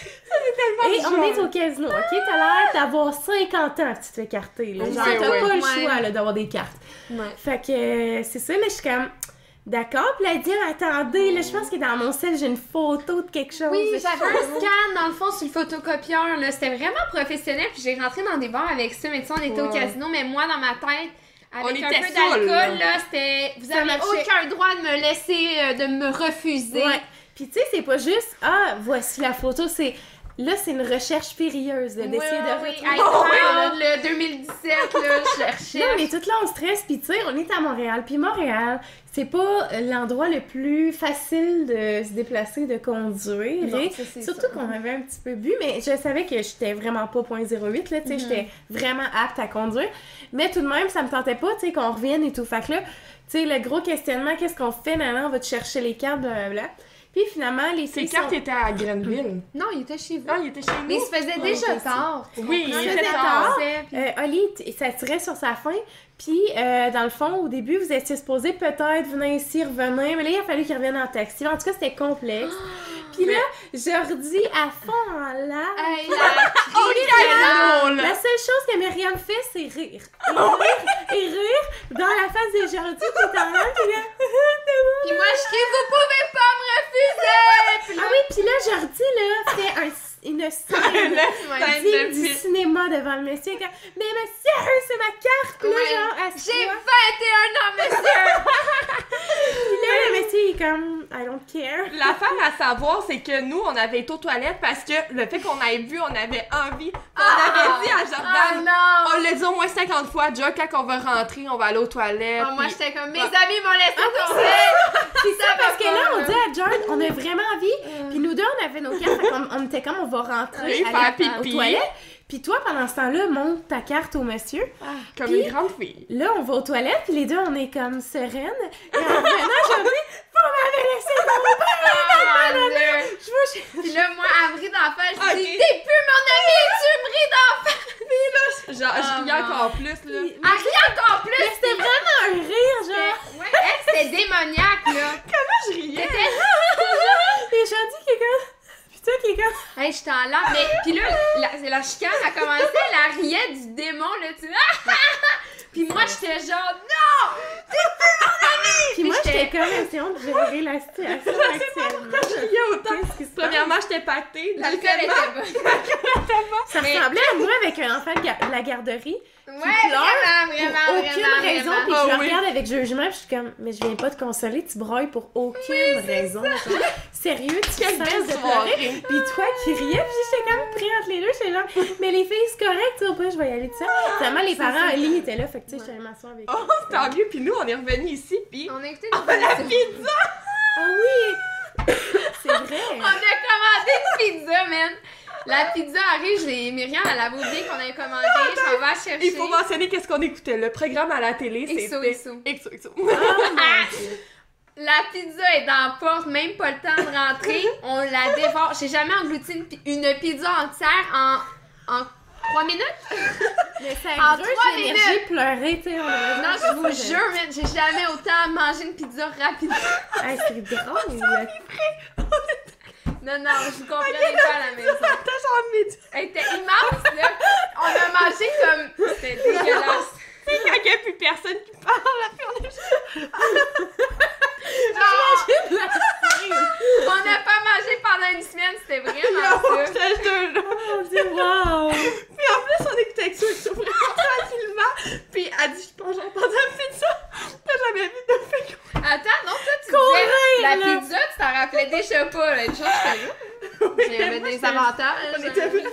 Et Tellement on genre- est au casino, ok? T'as l'air d'avoir 50 ans que tu te fais carter, là. Ouais, Genre, t'as ouais. pas le Ouais. choix, là, d'avoir des cartes. Ouais. Fait que euh, c'est ça, mais je suis comme. D'accord, puis là, elle dit, attendez, là, je pense que dans mon sel, j'ai une photo de quelque chose. Oui, Je j'avais un scan dans le fond sur le photocopieur. là. C'était vraiment professionnel. Puis j'ai rentré dans des bars avec ça. Mais tu sais, on était au Ouais. casino. Mais moi, dans ma tête, avec On un était peu saoul, d'alcool, là. là, c'était. Vous Ça avez marchait. aucun droit de me laisser, euh, de me refuser. Ouais. Puis tu sais, c'est pas juste ah, voici la photo, c'est là c'est une recherche périlleuse là, d'essayer de oui, retrouver. iCloud, le 2017, là, je cherchais. Oh, Non, mais tout là on stresse puis tu sais, on est à Montréal, puis Montréal, c'est pas euh, l'endroit le plus facile de se déplacer, de conduire. Non, et ça, *laughs* c'est Surtout ça. qu'on avait un petit peu bu, mais je savais que j'étais vraiment pas 0.08, Mm-hmm. là, tu sais, j'étais vraiment apte à conduire. Mais tout de même, ça me tentait pas, tu sais, qu'on revienne et tout. Fait que là, tu sais, le gros questionnement, qu'est-ce qu'on fait maintenant? On va te chercher les cartes, blablabla. Puis finalement, les Ses filles cartes sont- étaient à Grenville. Non, il était chez vous. Ah, Non, il était chez Mais il nous. se faisait Ouais, déjà on était tard. Oui, il se était faisait tard. tard. Euh, Oli, t- ça tirait sur sa fin. Puis, euh, dans le fond, au début, vous étiez supposé peut-être venir ici, revenir. Mais là, il a fallu qu'il revienne en taxi. En tout cas, c'était *gasps* complexe. Puis là, Jordi, à fond en larmes. Hey, *laughs* la- Tellement Ah, drôle. Ah La seule chose que Myriam fait, c'est *laughs* rire. Et rire, et rire dans la face de Jordi qui est en larmes. *laughs* Puis là, Puis moi, je crie, vous pouvez pas me refuser! Puis ah oui, puis là, Jordi, là, fait un- une *laughs* scène. là, scène digne de du film. cinéma devant le monsieur. comme, Mais monsieur, c'est ma carte, là, Ouais. genre, à J'ai 21 ans, monsieur! Puis là, le monsieur, il est comme, I don't care. L'affaire à savoir, c'est que nous, on avait été aux toilettes parce que le fait qu'on ait bu, on avait envie. On Ah! avait dit à Jordan. Ah, Oh, non! on l'a dit au moins 50 fois, Joe, quand on va rentrer, on va aller aux toilettes. Ah, moi, j'étais comme, mes Ouais. amis m'ont laissé tomber! C'est ça, Ça Ah, va parce que pas, là, on là. dit à Jared, on a vraiment envie. Puis nous deux, on avait nos cartes. fait qu'on- on, était comme, on va rentrer aller Oui, faire aux pipi. toilettes. Puis toi, pendant ce temps-là, monte ta carte au monsieur. Puis, comme Puis- une grande fille. Là, on va aux toilettes, puis les deux, on est comme sereines. Et en revenant, j'ai dit, vous m'avez laissé tomber. Ah, mon Dieu. Je vois, j'ai- Puis là, moi, à me rire d'en face, je Ok. dis, t'es plus mon ami, tu me ris d'en face! Genre, Ah, je riais non. encore plus, là. Ah, rien encore plus! Mais c'était vraiment un rire, genre. Ouais, elle, c'était démoniaque, là! Ah, Je riais. C'était Et Jordi qui est comme, puis toi qui est comme, Hey, j'étais en larmes, mais puis là, la, la chicane a commencé, elle riait du démon, là, tu vois. *laughs* Puis moi, j'étais genre, non! puis moi, j'étais- j'étais comme, c'est honte de gérer la *laughs* situation actuellement. Je riais autant. Qu'est-ce qui se passe? Premièrement, j'étais pactée. L'alcool était bon. Ça mais- ressemblait à moi avec un enfant de ga- de la garderie. Ouais, pleures vraiment, pour vraiment, aucune vraiment, raison, vraiment. puis Ah je le oui. regarde avec jugement, puis je suis comme, mais je viens pas te consoler, tu broilles pour aucune raison. Sérieux, tu Quelle cesses de belle pleurer. soirée. Puis toi qui riais, puis j'étais comme pris entre les deux, j'étais genre, mais les filles, c'est correct, tu vois pas, je vais y aller de ça. Ah, Finalement, les parents, Oli étaient là, fait que tu sais, j'étais allée m'asseoir avec eux. *laughs* Oh, tant mieux. Puis nous, on est revenus ici, puis... On a écouté une pizza. Ah oui! c'est *laughs* On a vrai! commandé une pizza, man. La pizza arrive, je l'ai- Myriam, elle avait oublié qu'on avait commandé, je m'en vais la chercher. Il faut mentionner qu'est-ce qu'on écoutait. Le programme à la télé, c'était... XOXO. XOXO. Oh ah. mon Dieu. La pizza est dans la porte, même pas le temps de rentrer. On la dévore. J'ai jamais englouti une, pi- une pizza entière en, en 3 minutes. Mais ça En gruge trois l'énergie, pleurer, tu sais, on a Non, je vous jure, man, j'ai jamais autant mangé une pizza rapidement. Hey, c'est drôle, là. Non, non, je vous comprenais pas à la maison. *laughs* Attends, j'ai envie de Elle était immense, là. On a mangé comme. C'était dégueulasse. dire quand il n'y a plus personne qui parle. puis on est juste- Genre, on n'a pas mangé pendant une semaine, c'était vraiment ça. Je te jure. Mon Dieu, wow! Puis en plus, on écoutait avec Sophie vraiment facilement. Puis elle dit, je pense, j'ai entendu la pizza. Puis j'avais envie de faire Attends, non, toi, tu Courir, disais la là. pizza, tu t'en rappelais déjà pas, là. Une chose, j'étais là. J'avais moi, des j'étais- avantages. hein. On était vraiment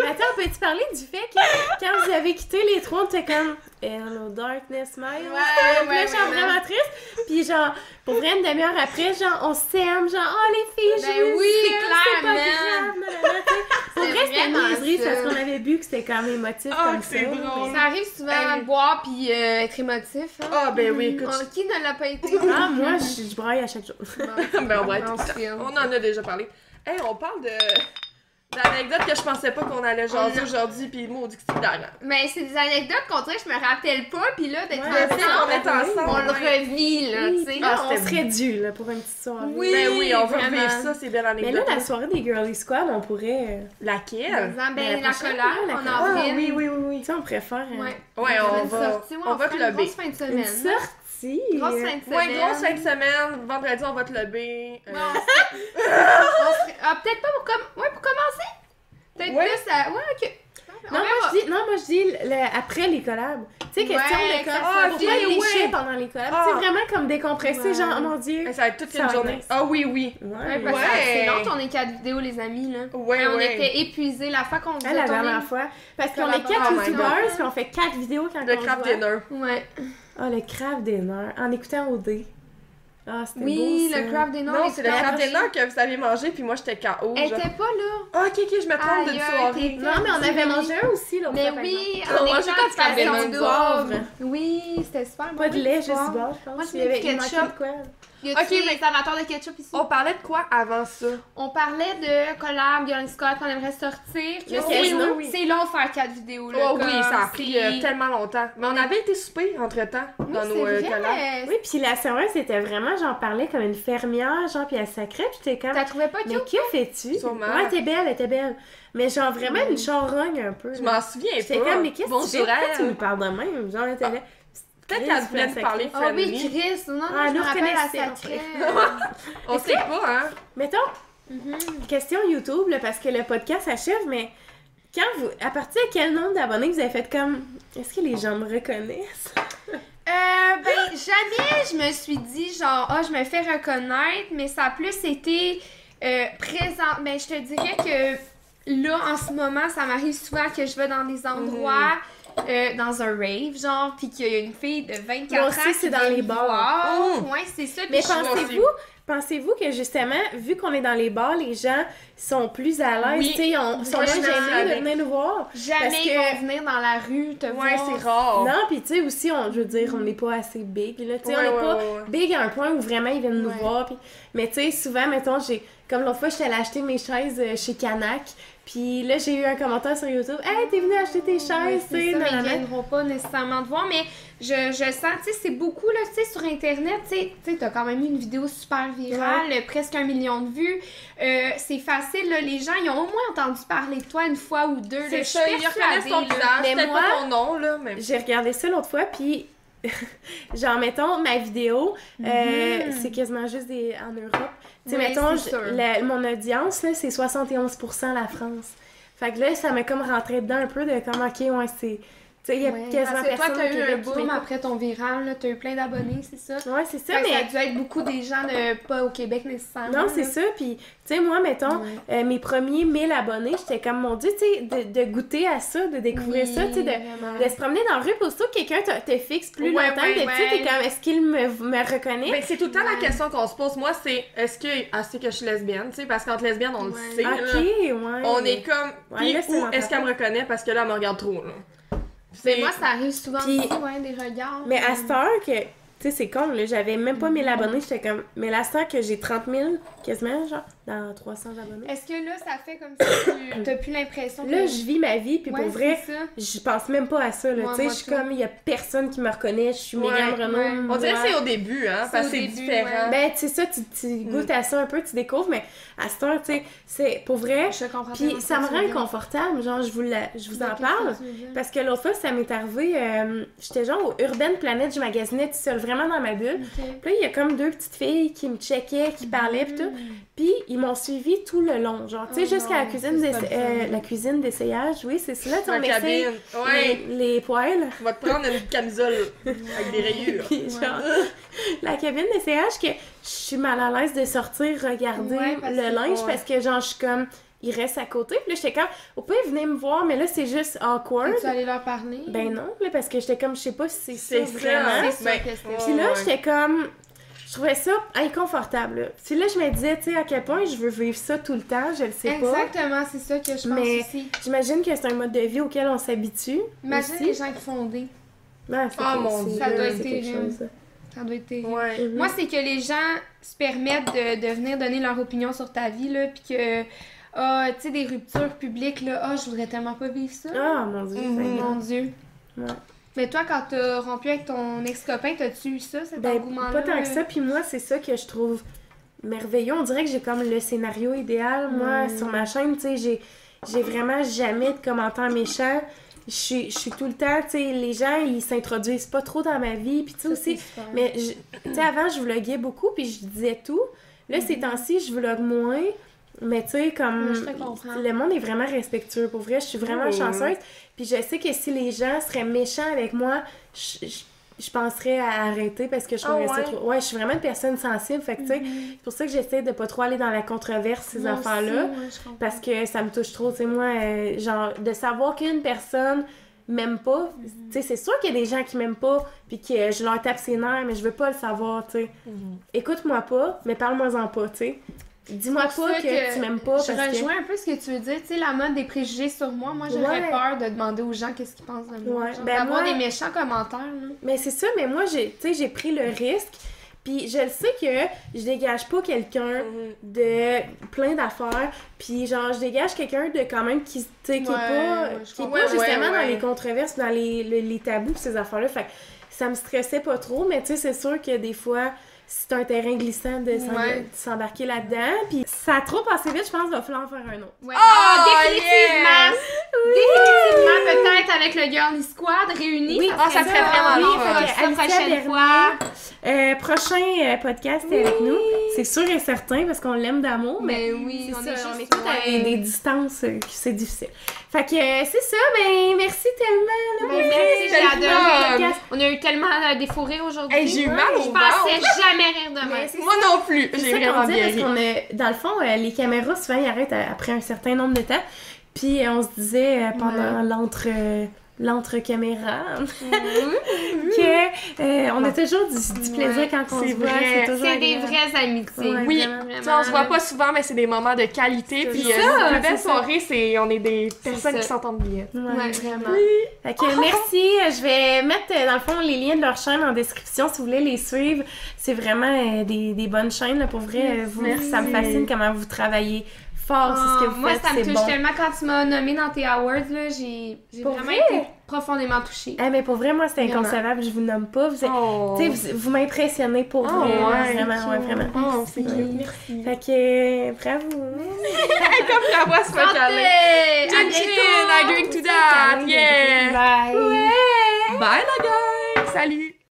Mais attends, peux-tu parler du fait que quand vous avez quitté les trois, on était comme Hello Darkness, my old Ouais, friend. ouais, Là, je suis ouais, vraiment triste. Puis genre, pour vrai, une demi-heure après, genre, on s'aime, genre, oh les filles, je Ben vous oui, aime, c'est pas grave, clairement. nanana, *laughs* tu sais. Pour C'est vrai, c'était une vraiment niaiserie, c'est ça. parce qu'on avait bu que c'était comme émotif Ah, comme que ça. c'est drôle. Ça arrive souvent à Hey. boire puis euh, être émotif. Hein? Ah, ben oui, écoute. Oh, qui ne l'a pas *laughs* été? Ah, moi, je, je braille à chaque jour. Bon, Ben, on va être on tout ça. filme. On en a déjà parlé. Hey, on parle de. L'anecdote que je pensais pas qu'on allait jaser aujourd'hui, puis maudit que c'est hilarant. Mais c'est des anecdotes qu'on dirait que je me rappelle pas, puis là, d'être Ouais, Tu sais, ensemble, on est ensemble. on le ouais. revit, là, tu sais. Oui, là, Ah, on c'était serait dû là, pour une petite soirée. Oui, Ben oui, on veut vraiment. revivre ça, c'est belle Mais là, anecdote. la soirée des Girly Squad, on pourrait. euh, Laquelle? Ben, ben, la prochaine, colère, là, la en colère. avril. Ah, oui, oui, oui, oui. Tu sais, on préfère euh, Ouais. Ouais, On on une va, sortie, ouais, on fera va te une lever. grosse fin de une semaine. sortie. Grosse fin de semaine. Ouais, grosse fin de semaine. Vendredi, on va te lever. Euh, Ouais, on serait- on serait- Ah, peut-être pas pour, com- ouais, pour commencer. Peut-être Ouais. plus à. Ouais, ok. On Non, moi, verra. je dis, non, moi je dis le- après les collabs. Tu sais, Ouais, question de que collabs. ça Ah, soit pourquoi bien les léché. chiens pendant les collabs? Ah. Tu sais, vraiment comme décompresser, Ouais. genre, oh mon dieu. mais ben, ça va être toute Ça une va être journée. nice. Ah oui, oui. Ouais, Ouais. parce que Ouais. c'est long ton écart vidéo, les amis, là. Ouais, Ouais, on ouais. était épuisés la fois qu'on Ah, faisait la tourner- dernière fois. Parce qu'on est Collabore- quatre Oh my youtubeurs, God. puis on fait quatre vidéos quand Le on craft se voit. dinner. Ouais. Ah, le craft dinner. En écoutant OD. Ah, c'était Oui, beau, ça. le craft des noms. Non, les c'est le crabes. craft dinner que vous avez mangé, puis moi, j'étais KO. Elle genre. était pas là. Ah, ok, ok, je me trompe d'une Aïe, soirée. t'es- Non, mais on avait mangé un aussi, l'autre Mais fois, par exemple. oui, On on mangeait était pas de crabes des en noms de d'or. poivre. Oui, c'était super bon. Pas de oui, lait, du juste du poivre. bord, je pense. Moi, je Il y avait- mets du il manquait ketchup. de quoi? Y a-tu Ok, mais- les amateurs de ketchup ici? On parlait de quoi avant ça? On parlait de collab, Young Scott, qu'on aimerait sortir. que Le c'est casino. long- C'est long de faire quatre vidéos. Là, Oh oui, comme ça a pris c'est- euh, tellement longtemps. Mais on avait été souper entre-temps Oui, dans nos euh, c'est collabs. vrai. Oui, puis la serveuse c'était vraiment, j'en parlais comme une fermière, genre, puis elle sacrait, puis t'es comme. T'as trouvé pas Mais cute? que fais-tu? Sûrement. Mm. Ouais, t'es belle, elle était belle. Mais genre vraiment une charogne un peu. Je là. m'en souviens J'étais pas. Ah. comme, mais qu'est-ce que tu fais? Bonjour, Pourquoi tu elle. me parles de même? Genre, elle était là. Peut-être Chris, qu'elle voulait tu nous me parler Ah oui, friendly. Chris. Non, non, Ah, je me nous rappelle à reconnaissez, sa en fait. crème. On sait pas, hein? Mettons, Mm-hmm. question YouTube, là, parce que le podcast s'achève, mais quand vous. À partir de quel nombre d'abonnés vous avez fait comme. Est-ce que les gens me *laughs* reconnaissent? Euh, ben, jamais je me suis dit, genre, ah, je me fais reconnaître, mais ça a plus été euh, présent. Mais je te dirais que là, en ce moment, ça m'arrive souvent que je vais dans Mhm. des endroits, euh, dans un rave, genre, puis qu'il y a une fille de 24 Moi ans. aussi, qui c'est dans vient les me bars. Oh! voir. Mhm. Ouais, c'est ça. Mais puis je- pensez-vous. Pensez-vous que justement, vu qu'on est dans les bars, les gens sont plus à l'aise, Oui. tu sais, on- sont moins Moi, je suis gênés de d'accord. venir nous voir? jamais parce ils que- vont venir dans la rue te voir. Ouais, c'est rare. Non, puis tu sais, aussi, on, je veux dire, on n'est pas assez big, là, tu sais, Oh. Ouais, on n'est ouais, pas ouais, ouais. big à un point où vraiment ils viennent nous Ouais. voir. Puis... Mais tu sais, souvent, mettons, j'ai. Comme l'autre fois, j'étais allée acheter mes chaises euh, chez Canac. Puis là, j'ai eu un commentaire sur YouTube. Hey, t'es venu acheter tes Ouais, chaises, c'est tu sais, ça, mais nanana. ils viendront pas nécessairement te voir, mais je, je sens, tu sais, c'est beaucoup, là, tu sais, sur Internet, tu sais, tu sais, t'as quand même eu une vidéo super virale, presque un million de vues, Euh, c'est facile, là, les gens, ils ont au moins entendu parler de toi une fois ou deux, là, je C'est suis ça, ils reconnaissent persuadée, ton là. visage. Mais Peut-être moi- pas ton nom, là, mais. J'ai regardé ça l'autre fois, puis. *laughs* Genre, mettons, ma vidéo, euh, c'est quasiment juste des, en Europe. Tu sais, Oui, mettons, Mhm. c'est je- sûr. la- mon audience, là, c'est 71% la France. Fait que là, ça m'a comme rentré dedans un peu de comme, ok, ouais, c'est. Tu sais, il y a Ouais, quasiment parce que toi, personne t'as au eu un Québec qui boom m'écoute. après ton viral, là, t'as eu plein d'abonnés, c'est ça? Ouais, c'est ça, Fait que mais. Ça a dû être beaucoup des gens de, pas au Québec nécessairement. Non, c'est Ah, là. ça. Puis, tu sais, moi, mettons, Ouais. euh, mes premiers 1000 abonnés, j'étais comme, mon Dieu, tu sais, de, de goûter à ça, de découvrir Oui, ça, tu sais, de, vraiment. de se promener dans la rue. Puis, aussitôt que quelqu'un te, te fixe plus Ouais, longtemps ouais, que d'habitude, ouais. t'es comme, est-ce qu'il me, me reconnaît? Ben, c'est tout le temps la Ouais. question qu'on se pose. Moi, c'est est-ce que ah, c'est que je suis lesbienne, tu sais, parce qu'entre lesbiennes, on Ouais. le sait. là. ok, ouais. On est comme. Ouais, Puis, là, c'est où dans ta est-ce qu'elle me reconnaît parce que là, elle me regarde trop, là. Mais C'est- moi, ça arrive souvent Puis- aussi, ouais, des regards. euh, Mais à cette heure que. Tu sais, c'est con, là. J'avais même pas 1000 abonnés, j'étais comme. Mais à cette heure que j'ai 30 000, quasiment, genre, dans 300 abonnés. Est-ce que là, ça fait comme si *coughs* tu t'as plus l'impression Là, je vis ma vie, puis Ouais, pour vrai. c'est ça. Je pense même pas à ça, là. Ouais, tu sais, moi je suis tout. comme, il y a personne qui me reconnaît, je suis Ouais, Myriam Renaud. ouais. On dirait moi. que c'est au début, hein, C'est parce au que c'est début, différent. ouais. Ben, tu sais, ça, tu, tu Hmm. goûtes à ça un peu, tu découvres, mais à cette heure, tu sais, c'est pour vrai. Je comprends Puis pas ça me ce rend que tu veux dire. inconfortable, genre, je vous, la- je vous en De qu'est-ce parle. que tu veux dire? Parce que l'autre fois, ça m'est arrivé, euh, j'étais genre au Urban Planet, je magasinais toute seule, vraiment dans ma bulle. Ok. Puis là, il y a comme deux petites filles qui me checkaient, qui parlaient, pis tout. *laughs* Puis ils m'ont suivi tout le long, genre, tu sais, Hmm. Oh jusqu'à la non, cuisine, c'est pas d'essa- le fun. euh, la cuisine d'essayage, oui, c'est cela, tu sais, Dans on la essaye cabine. Ouais. les, les poêles. On va te prendre une camisole avec des rayures. Puis genre, *laughs* la cabine d'essayage que je suis mal à l'aise de sortir regarder Ouais, parce le que- linge ouais. parce que genre je suis comme il reste à côté puis là j'étais comme au pire venez me voir mais là c'est juste awkward Es-tu allé leur parler? ben non là parce que j'étais comme je sais pas si c'est C'est ça ça. vraiment C'est Ben, sûr que c'est- ouais, puis là ouais. j'étais comme je trouvais ça inconfortable là. puis là je me disais tu sais à quel point je veux vivre ça tout le temps je le sais pas Exactement, c'est ça que je pense Mais- aussi. j'imagine que c'est un mode de vie auquel on s'habitue Imagine aussi. les gens qui font des. Ouais, c'est- Ah, mon c'est- Dieu. Oh Ça doit c'est être quelque terrible. chose, Ça doit être terrible. Ouais. ça. Mhm. Moi, c'est que les gens se permettent de, de venir donner leur opinion sur ta vie, là, puis que, Ah, tu sais, des ruptures publiques, là. Ah, je voudrais tellement pas vivre ça. Ah, mon Dieu. Mhm. Seigneur. Mon Dieu. Ouais. Mais toi, quand t'as rompu avec ton ex-copain, t'as-tu eu ça, cet Ben, engouement-là? pas tant que euh? ça. Puis moi, c'est ça que je trouve merveilleux. On dirait que j'ai comme le scénario idéal. Moi, sur ma chaîne, tu sais, j'ai, j'ai vraiment jamais de commentaires méchants. Je suis je suis tout le temps, tu sais, les gens, ils s'introduisent pas trop dans ma vie. Puis tu sais Ça, c'est aussi, super. mais je- tu sais, avant, je vloguais beaucoup, puis je disais tout. Là, ces temps-ci, je vlogue moins. Mais tu sais, comme. Mhm. Ouais, je te comprends. euh, Le monde est vraiment respectueux. Pour vrai, je suis vraiment Oh. Oui. chanceuse. Puis je sais que si les gens seraient méchants avec moi, je, je- je penserais à arrêter parce que je Ah trouverais ça ouais? trop. Ouais, je suis vraiment une personne sensible. Fait que tu sais, c'est pour ça que j'essaie de pas trop aller dans la controverse, ces Mhm. Moi aussi, affaires-là. ouais, je comprends. Parce que ça me touche trop. Tu sais, moi, euh, genre, de savoir qu'une personne m'aime pas, Mhm. tu sais, c'est sûr qu'il y a des gens qui m'aiment pas, puis que euh, je leur tape ses nerfs, mais je veux pas le savoir, tu sais. Écoute-moi pas, mais parle-moi-en pas, tu sais. Dis-moi C'est pour pas ça que, que tu m'aimes pas parce Je que. rejoins un peu ce que tu veux dire, tu sais, la mode des préjugés sur moi. Moi, j'aurais Ouais. peur de demander aux gens qu'est-ce qu'ils pensent de moi. Ouais. Genre, Ben, d'avoir moi- des méchants commentaires, là. Mais c'est ça, mais moi, j'ai- tu sais, j'ai pris le risque. Puis je le sais que je dégage pas quelqu'un Mm-hmm. de plein d'affaires. Puis genre, je dégage quelqu'un de quand même qui, tu sais, qui est Ouais, pas, ouais, je qui est comprends. pas Ouais, ouais, justement dans ouais. les controverses, dans les, les, les tabous, pis ces affaires-là. Fait que ça me stressait pas trop, mais tu sais, c'est sûr que des fois, c'est un terrain glissant de s'en- Ouais. de s'embarquer là-dedans. Puis ça a trop passé vite, je pense, va falloir en faire un autre. Ouais. Ah, Ah, définitivement! yes! Définitivement, peut-être avec le Girly Squad réuni. Oui, ah, ça serait vraiment oui, long, ça, hein. ça, Alicia prochaine Bernier. fois. Euh, prochain euh, podcast est avec nous, c'est sûr et certain parce qu'on l'aime d'amour, mais Mais oui, on ça, est on est juste toutes à des, des distances, euh, que c'est difficile. Fait que euh, c'est ça, ben merci tellement. Là, Ben, merci, j'ai tellement. adoré le podcast. On a eu tellement euh, des fous rires aujourd'hui. Hey, j'ai eu mal Je au pensais jamais rire de Mais même. c'est Moi non plus, C'est j'ai ça qu'on vraiment dit bien parce ri. qu'on a, dans le fond, euh, les caméras souvent ils arrêtent à- après un certain nombre de temps. Puis euh, on se disait euh, pendant l'entre euh, l'entre caméra que euh, on a toujours du, du plaisir Ouais, quand on c'est se voit. vrai. toujours Mmh. C'est des agréable. vraies amitiés. Ouais, Oui, vraiment, tu sais, vraiment, on se voit là. pas souvent, mais c'est des moments de qualité. C'est Puis ça, euh, nos c'est plus belles ça. soirées, c'est on est des personnes ça. qui s'entendent bien. Ouais. Ouais, vraiment. Fait que merci, euh, je vais mettre euh, dans le fond les liens de leur chaîne en description si vous voulez les suivre. C'est vraiment euh, des, des bonnes chaînes là, pour vrai. euh, vous- Merci. ça me fascine comment vous travaillez fort, Oh, c'est ce que Ah, vous moi, faites, ça me c'est touche bon. tellement quand tu m'as nommé dans tes awards, là, j'ai j'ai Pour vraiment vrai? été profondément touchée. Ah mais pour vrai moi c'est Vraiment. inconcevable, je vous nomme pas, vous êtes- Oh, tu sais, vous, vous m'impressionnez pour Oh, Ah, vrai, ouais, vraiment, ouais, vraiment. oh, c'est cute. Fait que euh, bravo. Comme la voix se fait caler. Santé! À Jun Chin, bientôt! I drink to that, yeah! Bye! Bye la guys! Salut!